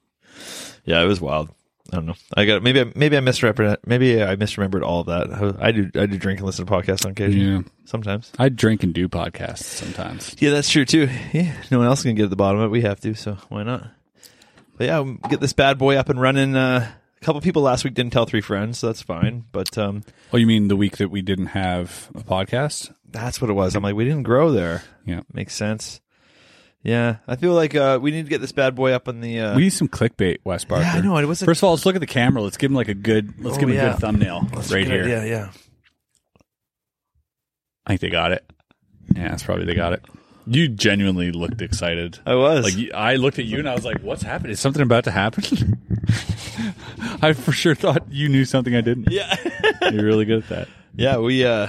C: Yeah, it was wild. I don't know. I got maybe I maybe I misrepresent maybe I misremembered all of that. I, I do I do drink and listen to podcasts on occasion.
B: Yeah,
C: Sometimes.
B: I drink and do podcasts sometimes.
C: Yeah, that's true too. Yeah, no one else can get at the bottom of it. We have to, so why not? But yeah, we'll get this bad boy up and running. Uh, a couple people last week didn't tell three friends, so that's fine. But um,
B: Oh, you mean the week that we didn't have a podcast?
C: that's what it was. I'm like, we didn't grow there.
B: Yeah,
C: Makes sense. Yeah, I feel like uh, we need to get this bad boy up on the. Uh,
B: we need some clickbait, Wes Barker.
C: yeah, I know it wasn't.
B: First of all, let's look at the camera. Let's give him like a good. Let's
C: Oh,
B: give him a
C: yeah.
B: good thumbnail right here.
C: Yeah, yeah.
B: I think they got it. Yeah, that's probably they got it. You genuinely looked excited.
C: I was
B: Like you- I looked at you and I was like, "What's happened? Is something about to happen?" I for sure thought you knew something I didn't.
C: yeah.
B: You're really good at that.
C: Yeah, we uh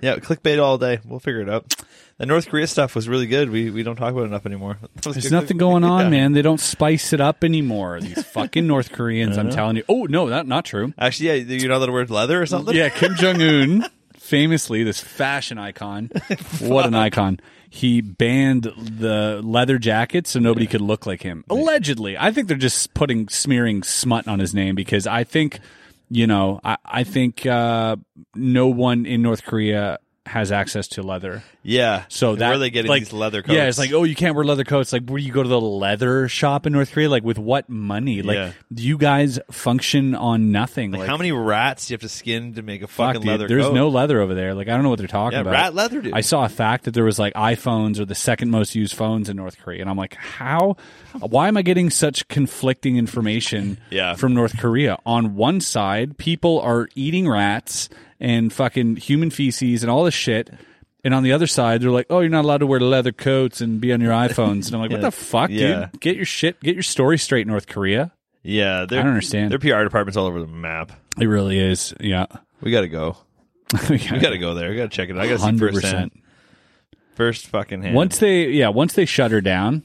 C: yeah, clickbait all day. We'll figure it out. The North Korea stuff was really good. We we don't talk about it enough anymore.
B: There's nothing going on, man. They don't spice it up anymore. These fucking North Koreans. I'm telling you. Oh no, that not true.
C: Actually, yeah, you know that word leather or something?
B: Yeah, Kim Jong Un, famously this fashion icon. what an icon! He banned the leather jacket so nobody could look like him. Allegedly, I think they're just putting smearing smut on his name because I think, you know, I, I think uh, no one in North Korea has access to leather.
C: Yeah.
B: So
C: And
B: that
C: where are they getting
B: like,
C: these leather coats?
B: Yeah, it's like oh, you can't wear leather coats. Like, where do you go to the leather shop in North Korea? Like, with what money? Like,
C: Yeah.
B: you guys function on nothing.
C: Like, how many rats do you have to skin to make a
B: fuck,
C: fucking
B: dude,
C: leather
B: There's
C: coat?
B: no leather over there. Like, I don't know what they're talking
C: Yeah,
B: about.
C: rat leather, dude.
B: I saw a fact that there was like iPhones are the second most used phones in North Korea, and I'm like, how? Why am I getting such conflicting information
C: Yeah.
B: from North Korea? On one side, people are eating rats and fucking human feces and all this shit. And on the other side, they're like, "Oh, you're not allowed to wear leather coats and be on your iPhones." And I'm like, "What the fuck,
C: Yeah.
B: dude? Get your shit, get your story straight, North Korea."
C: Yeah, they're-
B: I don't understand.
C: Their PR department's all over the map.
B: It really is, yeah.
C: We got to go.
B: We
C: We got to go there. We got to check it out. I got to see
B: hundred
C: first
B: percent.
C: hand. First fucking hand.
B: Once they yeah, once they shut her down,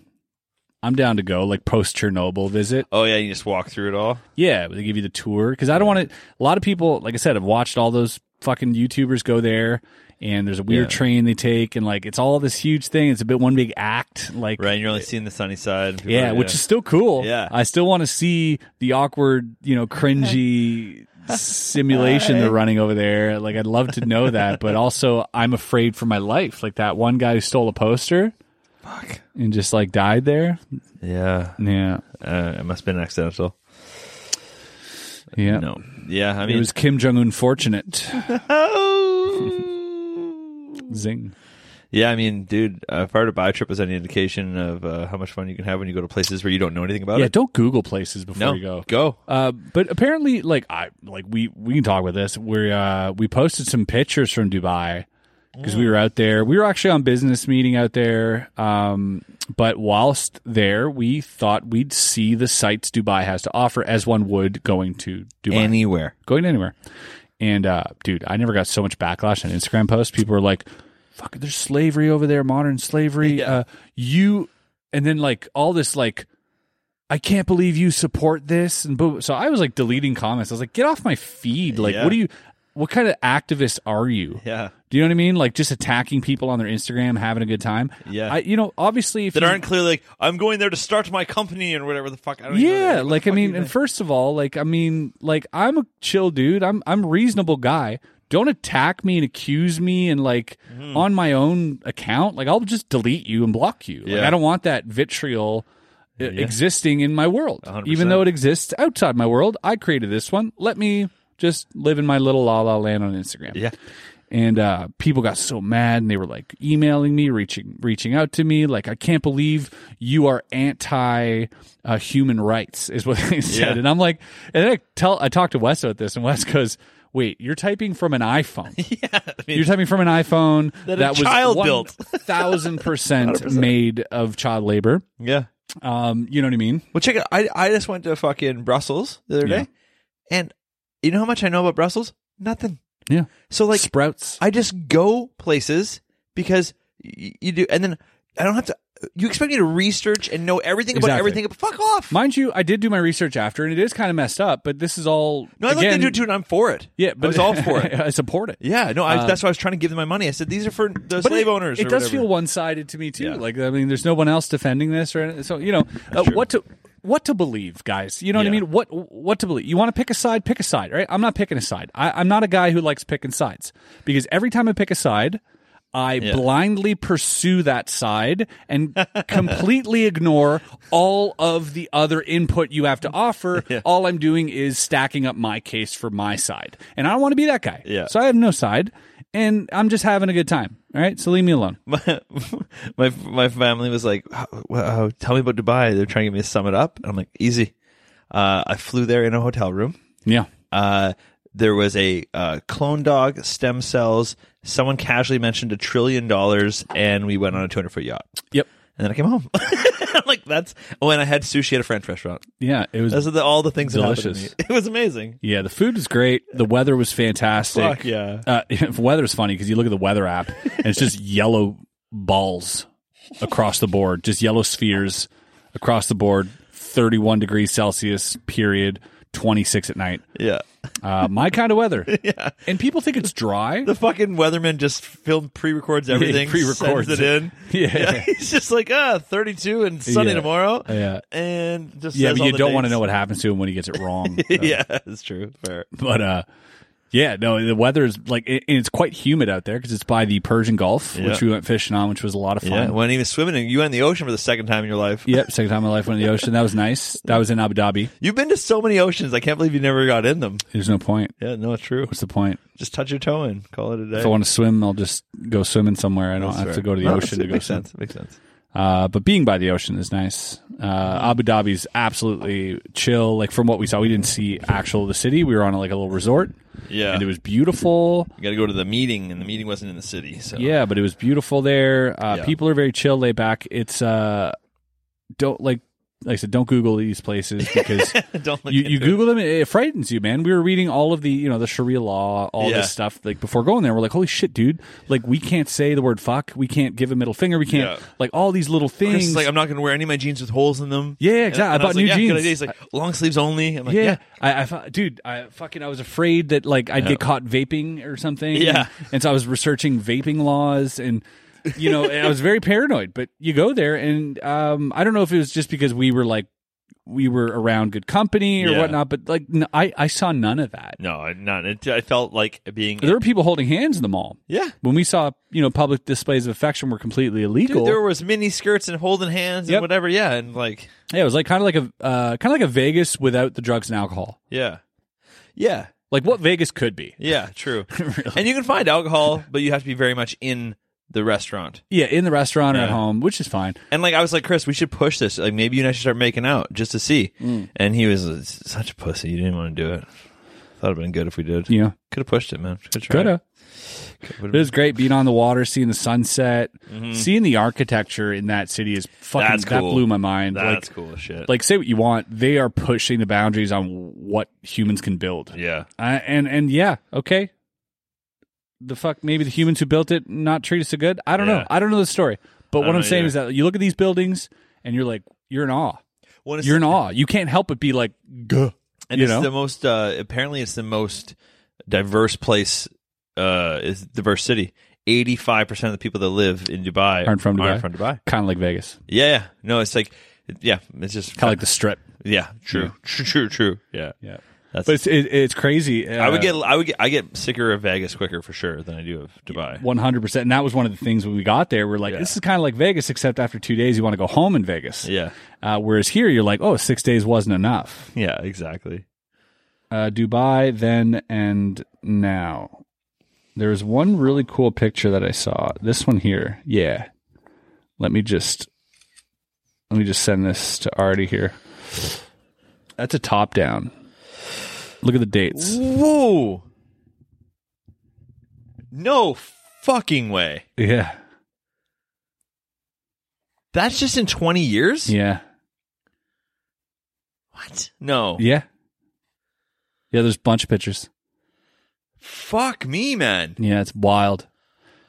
B: I'm down to go like post Chernobyl visit.
C: Oh yeah, you just walk through it all.
B: Yeah, they give you the tour because I don't want to. A lot of people, like I said, have watched all those fucking YouTubers go there, and there's a weird
C: Yeah.
B: train they take, and like it's all this huge thing. It's a bit one big act, like
C: Right, and you're only seeing the sunny side. and people
B: Yeah,
C: are-
B: which is still cool.
C: Yeah.
B: I still want to see the awkward, you know, cringy simulation they're running over there. Like, I'd love to know that, but also I'm afraid for my life. Like that one guy who stole a poster, fuck, and just like died there.
C: yeah.
B: Yeah,
C: Uh, it must have been accidental.
B: Yeah.
C: No. Yeah, I mean,
B: It was Kim Jong Un fortunate. Oh. Zing.
C: yeah, I mean, dude, uh, if I were to buy a trip as any indication of uh, how much fun you can have when you go to places where you don't know anything about
B: Yeah,
C: it,
B: don't Google places before
C: no,
B: you go.
C: go.
B: Uh, but apparently, like I like we we can talk about this. We uh we posted some pictures from Dubai because we were out there. We were actually on business meeting out there. Um, but whilst there, we thought we'd see the sights Dubai has to offer, as one would going to Dubai,
C: anywhere.
B: going anywhere. And uh, dude, I never got so much backlash on Instagram posts. People were like, "Fuck, there's slavery over there, modern slavery." Uh, you, and then like all this like I can't believe you support this. And boom. so I was like deleting comments. I was like, get off my feed. Like,
C: Yeah.
B: what do you, what kind of activist are you?
C: Yeah.
B: Do you know what I mean? Like just attacking people on their Instagram, having a good time.
C: Yeah.
B: I, you know, obviously if
C: That
B: you-
C: aren't clearly like I'm going there to start my company or whatever the fuck. I don't even know.
B: yeah,
C: What the
B: like I
C: fuck
B: mean,
C: you
B: and
C: think?
B: first of all, like I mean, like I'm a chill dude. I'm I'm a reasonable guy. Don't attack me and accuse me and like
C: Mm-hmm.
B: on my own account. Like I'll just delete you and block you. Like
C: Yeah.
B: I don't want that vitriol uh, existing in my world.
C: 100%.
B: Even though it exists outside my world, I created this one. Let me just live in my little la la land on Instagram.
C: Yeah.
B: And uh, people got so mad, and they were like emailing me, reaching reaching out to me, like I can't believe you are anti uh, human rights, is what they said.
C: Yeah.
B: And I'm like, and then I tell I talked to Wes about this, and Wes goes, "Wait, you're typing from an iPhone. you're typing from an iPhone that,
C: a child built."
B: thousand percent made of child labor.
C: yeah.
B: Um, you know what I mean?
C: Well, check it. I I just went to fucking Brussels the other
B: Yeah.
C: day, and you know how much I know about Brussels? Nothing.
B: Yeah,
C: So like,
B: sprouts.
C: I just go places because y- you do, and then I don't have to. You expect me to research and know everything about
B: Exactly.
C: everything? But fuck off.
B: Mind you, I did do my research after, and it is kind of messed up. But this is all
C: no, I looked
B: again-
C: into it too, and I'm for it.
B: Yeah,
C: I
B: but
C: was all for it.
B: I support it.
C: Yeah, no, I, that's why I was trying to give them my money. I said these are for the
B: But
C: slave
B: it,
C: owners.
B: It
C: or
B: does
C: whatever.
B: feel one-sided to me too.
C: Yeah.
B: Like I mean, there's no one else defending this, or anything. so you know uh, what to what to believe, guys. You know what I
C: Yeah.
B: mean? What what to believe? You want to pick a side? Pick a side, right? I'm not picking a side. I, I'm not a guy who likes picking sides because every time I pick a side. I blindly pursue that side and completely ignore all of the other input you have to offer. All I'm doing is stacking up my case for my side. And I don't want to be that guy.
C: Yeah.
B: So I have no side and I'm just having a good time. All right. So leave me alone.
C: my my my family was like, "Wow, wow, "Tell me about Dubai." They're trying to get me to sum it up, and I'm like, "Easy." Uh, I flew there in a hotel room.
B: Yeah.
C: Uh, there was a uh, clone dog, stem cells. Someone casually mentioned a trillion dollars, and we went on a 200 foot yacht.
B: Yep.
C: And then I came home. I'm like that's. Oh, and I had sushi at a French restaurant.
B: Yeah. It was.
C: Those are the, all the things that happened
B: Delicious.
C: to me. It was amazing.
B: yeah. The food was great. The weather was fantastic.
C: Fuck yeah.
B: Uh, weather's funny because you look at the weather app and it's just yellow balls across the board, just yellow spheres across the board. 31 degrees Celsius, period. 26 at night.
C: Yeah.
B: Uh, my kind of weather. yeah. And people think it's dry.
C: The fucking weatherman just filmed pre-records everything,
B: pre-records
C: sends it
B: it.
C: in.
B: Yeah.
C: he's just like ah, 32 and sunny
B: Yeah.
C: tomorrow.
B: Yeah.
C: and just
B: yeah,
C: says
B: but
C: all
B: you
C: the
B: don't want to
C: dates.
B: know what happens to him when he gets it wrong.
C: yeah, that's true. Fair.
B: but uh yeah no the weather is like it, and it's quite humid out there because it's by the persian gulf
C: Yeah.
B: which we went fishing on which was a lot of fun
C: Yeah, when even swimming, in- you went in the ocean for the second time in your life.
B: yep second time in my life went in the ocean that was nice that was in abu dhabi
C: You've been to so many oceans. I can't believe you never got in them.
B: there's no point
C: Yeah, no, it's true.
B: what's the point
C: Just touch your toe in. Call it a day.
B: if i want to swim i'll just go swimming somewhere i don't have to go to the
C: No,
B: ocean
C: it
B: to go
C: makes
B: swim
C: sense. Makes sense.
B: uh, but being by the ocean is nice uh, abu dhabi's absolutely chill like from what we saw we didn't see actual the city we were on like a little resort
C: Yeah,
B: and it was beautiful
C: you got to go to the meeting, and the meeting wasn't in the city. So
B: Yeah, but it was beautiful there. Uh,
C: Yeah.
B: People are very chill, laid back. It's uh, don't like like I said, don't Google these places because
C: don't look
B: you, you
C: into
B: Google them, it, it frightens you, man. We were reading all of the you know the Sharia law, all
C: Yeah.
B: this stuff like before going there. We're like, holy shit, dude! Like we can't say the word fuck, we can't give a middle finger, we can't
C: Yeah.
B: like all these little
C: It. Chris
B: things.
C: is like I'm not going to wear any of my jeans with holes in them.
B: Yeah, yeah,
C: And-
B: exactly. I
C: and
B: bought
C: was like,
B: new
C: yeah,
B: jeans.
C: Good idea. He's like long sleeves only. I'm like,
B: yeah,
C: yeah,
B: I, I, fu- dude, I fucking, I was afraid that like I'd get caught vaping or something.
C: Yeah.
B: and so I was researching vaping laws, and you know, and I was very paranoid. But you go there, and um, I don't know if it was just because we were like we were around good company or
C: Yeah.
B: whatnot, but like n I I I saw none of that.
C: No, I- not. It, I felt like being.
B: There were people holding hands in the mall.
C: yeah.
B: When we saw, you know, public displays of affection were completely illegal.
C: Dude, there was mini skirts and holding hands and
B: Yep.
C: whatever. Yeah, and like
B: yeah, it was like kind of like a uh, kind of like a Vegas without the drugs and alcohol.
C: yeah. Yeah.
B: Like what Vegas could be.
C: Yeah, true. And you can find alcohol, but you have to be very much in the restaurant.
B: Yeah, in the restaurant or at
C: Yeah.
B: home, which is fine.
C: And like I was like, Chris, we should push this. Like maybe you and I should start making out just to see.
B: Mm.
C: And he was uh, such a pussy. He didn't want to do it. Thought it'd been good if we did.
B: Yeah.
C: Could have pushed it, man. Could have.
B: Coulda.
C: It.
B: But it was great being on the water, seeing the sunset, seeing the architecture in that city is fucking
C: Mm-hmm. That's
B: that
C: cool.
B: blew my mind.
C: That's
B: like,
C: cool as shit.
B: like say what you want, they are pushing the boundaries on what humans can build.
C: yeah.
B: I- and and yeah, okay. The fuck, maybe the humans who built it not treat us so good. I don't know.
C: Yeah.
B: I don't know the story. But
C: I
B: what
C: don't
B: I'm
C: know
B: saying
C: either.
B: is that you look at these buildings and you're like, you're in awe.
C: When it's-
B: You're in awe. You can't help but be like, Gah.
C: and
B: you
C: it's
B: know?
C: the most uh apparently it's the most diverse place uh is diverse city. 85% of the people that live in Dubai
B: Aren't from Dubai.
C: Aren't from Dubai.
B: kind of like Vegas,
C: Yeah, yeah. No, it's like yeah, it's just
B: kind of like the Strip.
C: Yeah, true. True, true, true. Yeah.
B: Yeah,
C: That's
B: but it's it, it's crazy. Uh,
C: I would get I would get I get sicker of Vegas quicker for sure than I do of Dubai.
B: One hundred percent, and that was one of the things when we got there. We're like, this is kind of like Vegas, except after two days, you want to go home in Vegas.
C: Yeah.
B: Uh, whereas here, you're like, oh, six days wasn't enough.
C: Yeah, exactly.
B: Uh, Dubai, then and now. There's one really cool picture that I saw. This one here, yeah. Let me just let me just send this to Artie here. That's a top down. Look at the dates.
C: Whoa. No fucking way.
B: Yeah,
C: That's just in 20 years?
B: yeah.
C: What? No.
B: Yeah. Yeah, there's a bunch of pictures.
C: Fuck me, man.
B: Yeah, it's wild.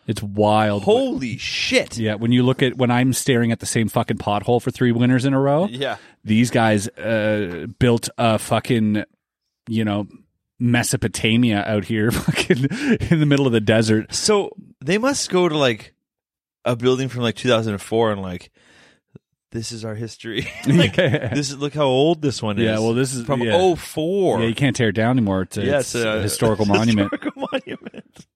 B: It's wild.
C: Holy shit.
B: yeah, when you look at when I'm staring at the same fucking pothole for three winners in a row,
C: Yeah.
B: these guys uh, built a fucking, you know, Mesopotamia out here, fucking in the middle of the desert.
C: So they must go to like a building from like 2004 and like this is our history. like
B: Yeah.
C: this is look how old this one is.
B: Yeah, well, this is-
C: from
B: yeah.
C: oh four. 04.
B: Yeah, you can't tear it down anymore. It's a,
C: Yeah, uh,
B: it's a historical monument.
C: historical monument.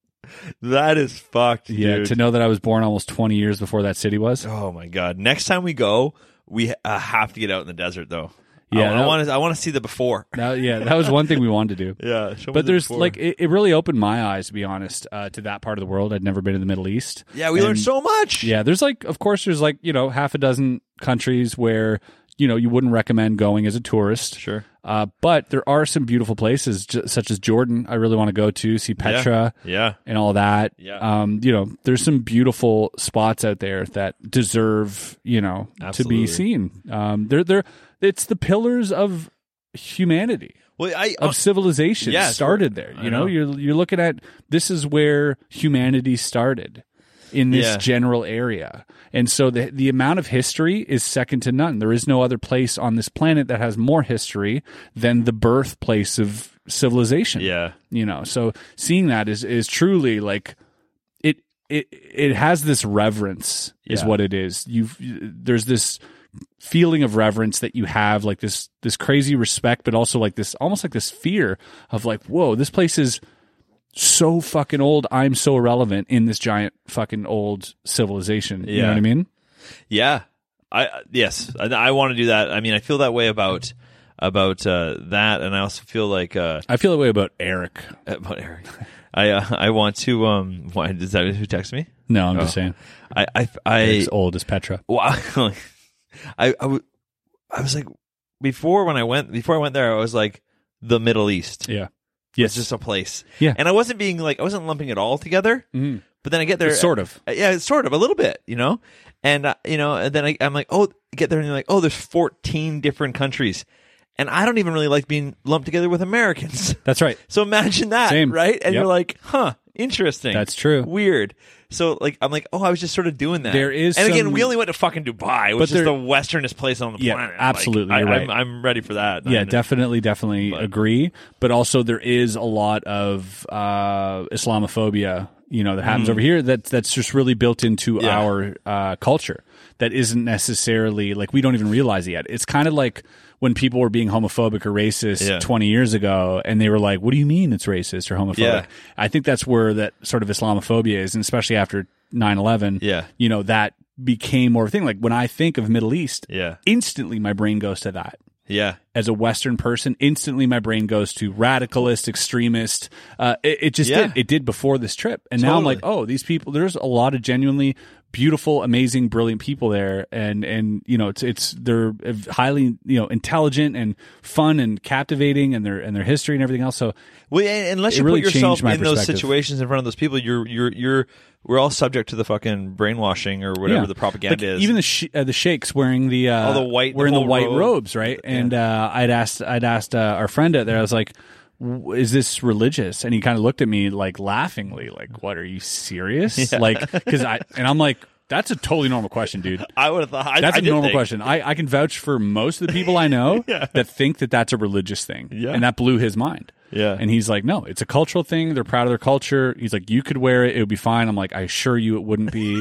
C: That is fucked,
B: Yeah,
C: dude.
B: to know that I was born almost 20 years before that city was.
C: oh my god. Next time we go, we uh, have to get out in the desert though.
B: Yeah,
C: I
B: that-
C: want to. I want to see the before.
B: Now, yeah, that was one thing we wanted to do.
C: Yeah, show me
B: but
C: the
B: there's
C: before.
B: like it, it really opened my eyes to be honest uh, to that part of the world i'd never been to the middle east
C: yeah, we
B: And,
C: learned so much.
B: yeah there's like of course there's like you know half a dozen countries where you know you wouldn't recommend going as a tourist
C: Sure.
B: uh, but there are some beautiful places j- such as jordan i really want to go to see
C: Yeah.
B: petra
C: Yeah.
B: and all that
C: Yeah.
B: um you know there's some beautiful spots out there that deserve you know to
C: Absolutely.
B: be seen um they're they're it's the pillars of humanity
C: Well, I oh,
B: of civilization
C: yes,
B: started there.
C: I
B: You know,
C: know.
B: you're you're looking at this is where humanity started in this
C: Yeah.
B: general area. And so the the amount of history is second to none. There is no other place on this planet that has more history than the birthplace of civilization.
C: yeah.
B: You know, so seeing that is is truly like it it it has this reverence is
C: Yeah.
B: what it is. You there's this feeling of reverence that you have like this this crazy respect but also like this almost like this fear of like whoa this place is so fucking old i'm so irrelevant in this giant fucking old civilization you know
C: Yeah.
B: what i mean
C: Yeah. I uh, yes, I, I want to do that. I mean, I feel that way about about uh, that, and I also feel like uh,
B: i feel that way about eric
C: about Eric. I uh, I want to. Um, why is that who texted me?
B: no i'm
C: Oh.
B: just saying
C: I I I
B: it's old as petra
C: wow. I I, w- I was like before when I went before I went there, I was like the Middle East.
B: yeah
C: It's just a place.
B: Yeah.
C: and I wasn't being like I wasn't lumping it all together.
B: Mhm.
C: But then I get there,
B: It's sort of.
C: Uh, yeah, it's sort of a little bit, you know, and uh, you know, and then I, I'm like, oh, get there, and you're like, oh, there's 14 different countries, and I don't even really like being lumped together with Americans.
B: that's right
C: So imagine that,
B: Same.
C: right? And
B: Yep.
C: you're like, huh, interesting.
B: That's true.
C: Weird. So like, I'm like, oh, I was just sort of doing that.
B: There is
C: and again,
B: some-
C: we only went to fucking Dubai, which
B: there-
C: is the westernest place on the
B: Yeah,
C: planet. Like,
B: absolutely,
C: I,
B: you're
C: am
B: right.
C: I'm ready for that.
B: yeah
C: I'm-
B: definitely definitely agree but also there is a lot of uh islamophobia you know that happens over here that that's just really built into
C: Hmm. Yeah.
B: our uh culture that isn't necessarily like we don't even realize it yet it's kind of like when people were being homophobic or racist
C: Yeah.
B: 20 years ago and they were like what do you mean it's racist or homophobic
C: Yeah.
B: i think that's where that sort of islamophobia is and especially after 9-11
C: Yeah.
B: you know that became more of a thing like when i think of middle east
C: Yeah.
B: instantly my brain goes to that
C: Yeah.
B: as a Western person, instantly my brain goes to radicalist, extremist. Uh, it, it just
C: Yeah.
B: did. It did before this trip. And now I'm like, oh, these people, there's a lot of genuinely beautiful, amazing, brilliant people there. And, and, you know, it's, it's, they're highly, you know, intelligent and fun and captivating and their, and their history and everything else. So
C: Well, yeah, unless
B: It
C: you
B: really
C: put yourself
B: changed my
C: in those
B: perspective.
C: situations in front of those people, you're you're you're we're all subject to the fucking brainwashing or whatever
B: Yeah.
C: the propaganda
B: Like,
C: is.
B: Even the sh- uh, the sheiks wearing the uh,
C: All the white-
B: wearing
C: the
B: the,
C: whole
B: white
C: robe.
B: robes, right? And uh, I'd asked I'd asked uh, our friend out there. I was like, "W- "Is this religious?" And he kind of looked at me like laughingly, like, "What are you serious?" Like, because I and I'm like, "That's a totally normal question, dude."
C: I would have thought I,
B: That's
C: a
B: a normal question. I, I can vouch for most of the people I know that think that that's a religious thing.
C: Yeah.
B: And that blew his mind.
C: Yeah.
B: And he's like, no, it's a cultural thing. They're proud of their culture. He's like, you could wear it. It would be fine. I'm like, I assure you it wouldn't be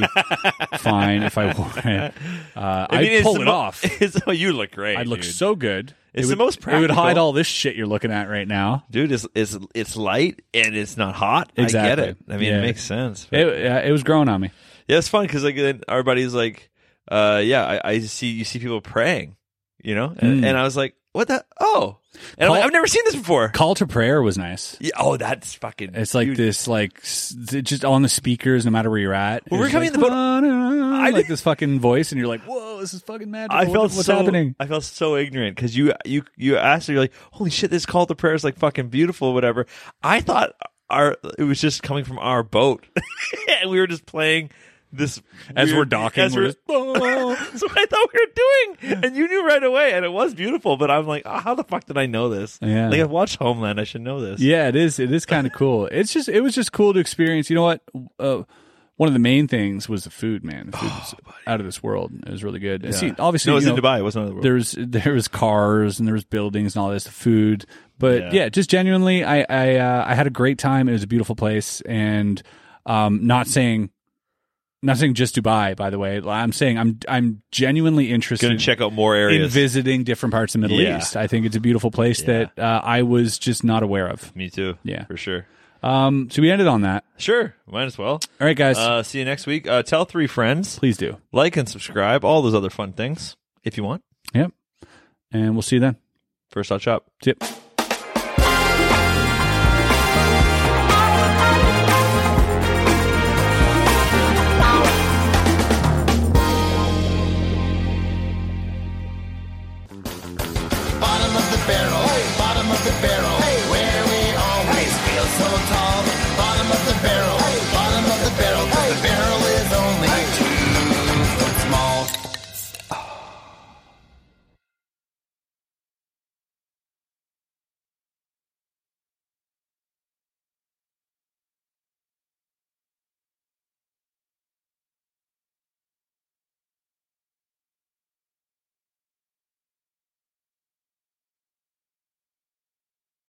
B: fine if I wore it. Uh, I
C: mean,
B: would
C: it's
B: pull
C: the
B: it
C: mo-
B: off.
C: It's, oh, you look great.
B: I'd look
C: dude.
B: so good.
C: It's
B: it would,
C: the most
B: It would hide
C: practical.
B: all this shit you're looking at right now.
C: dude. It's it's it's light and it's not hot. I
B: Exactly.
C: get it. I mean,
B: Yeah.
C: it makes sense. but-
B: It, uh, it was growing on me.
C: Yeah, it's fun because like then everybody's like, uh, yeah, I, I see you see people praying, you know, and, and I was like, what the oh, and
B: Hmm.
C: I'm like,
B: Call-
C: I've never seen this before.
B: Call to prayer was nice.
C: Yeah, oh, that's fucking.
B: It's like
C: dude,
B: this, like s- just on the speakers, no matter where you're at.
C: When we're
B: It's
C: coming
B: like,
C: in the boat-
B: I
C: I
B: like
C: did-
B: this fucking voice, and you're like, "Whoa, this is fucking magical."
C: I
B: What-
C: felt
B: what's
C: so,
B: happening.
C: I felt so ignorant because you you you asked her, you're like, holy shit, this call to prayer is like fucking beautiful, whatever. I thought our it was just coming from our boat, and we were just playing this
B: As
C: weird-
B: we're docking,
C: as
B: we're
C: we're-
B: just, "Oh."
C: That's what I thought we were doing. And you knew right away, and it was beautiful. But I'm like, oh, how the fuck did I know this?
B: Yeah.
C: Like, I've watched Homeland. I should know this.
B: yeah, it is. It is kind of cool. It's just, it was just cool to experience. You know what? Uh, one of the main things was the food, man. The food
C: Oh,
B: was out of this world. It was really good. And See, obviously,
C: No, it was
B: you
C: in
B: know,
C: Dubai. It wasn't another world.
B: There was there was cars and there was buildings and all this food, but yeah, just genuinely, I I uh, I had a great time. It was a beautiful place, and um, not saying, not saying just Dubai. By the way, I'm saying I'm I'm genuinely interested
C: Gonna check out more
B: in
C: areas.
B: visiting different parts of the Middle
C: Yeah.
B: East. I think it's a beautiful place that uh, I was just not aware of.
C: Me too.
B: Yeah.
C: For sure.
B: Um, so we ended on that.
C: Sure. Might as well.
B: All right, guys,
C: Uh, see you next week. Uh, tell three friends.
B: please do.
C: Like and subscribe. All those other fun things if you want.
B: Yep, and we'll see you then.
C: First Shop.
B: Tip.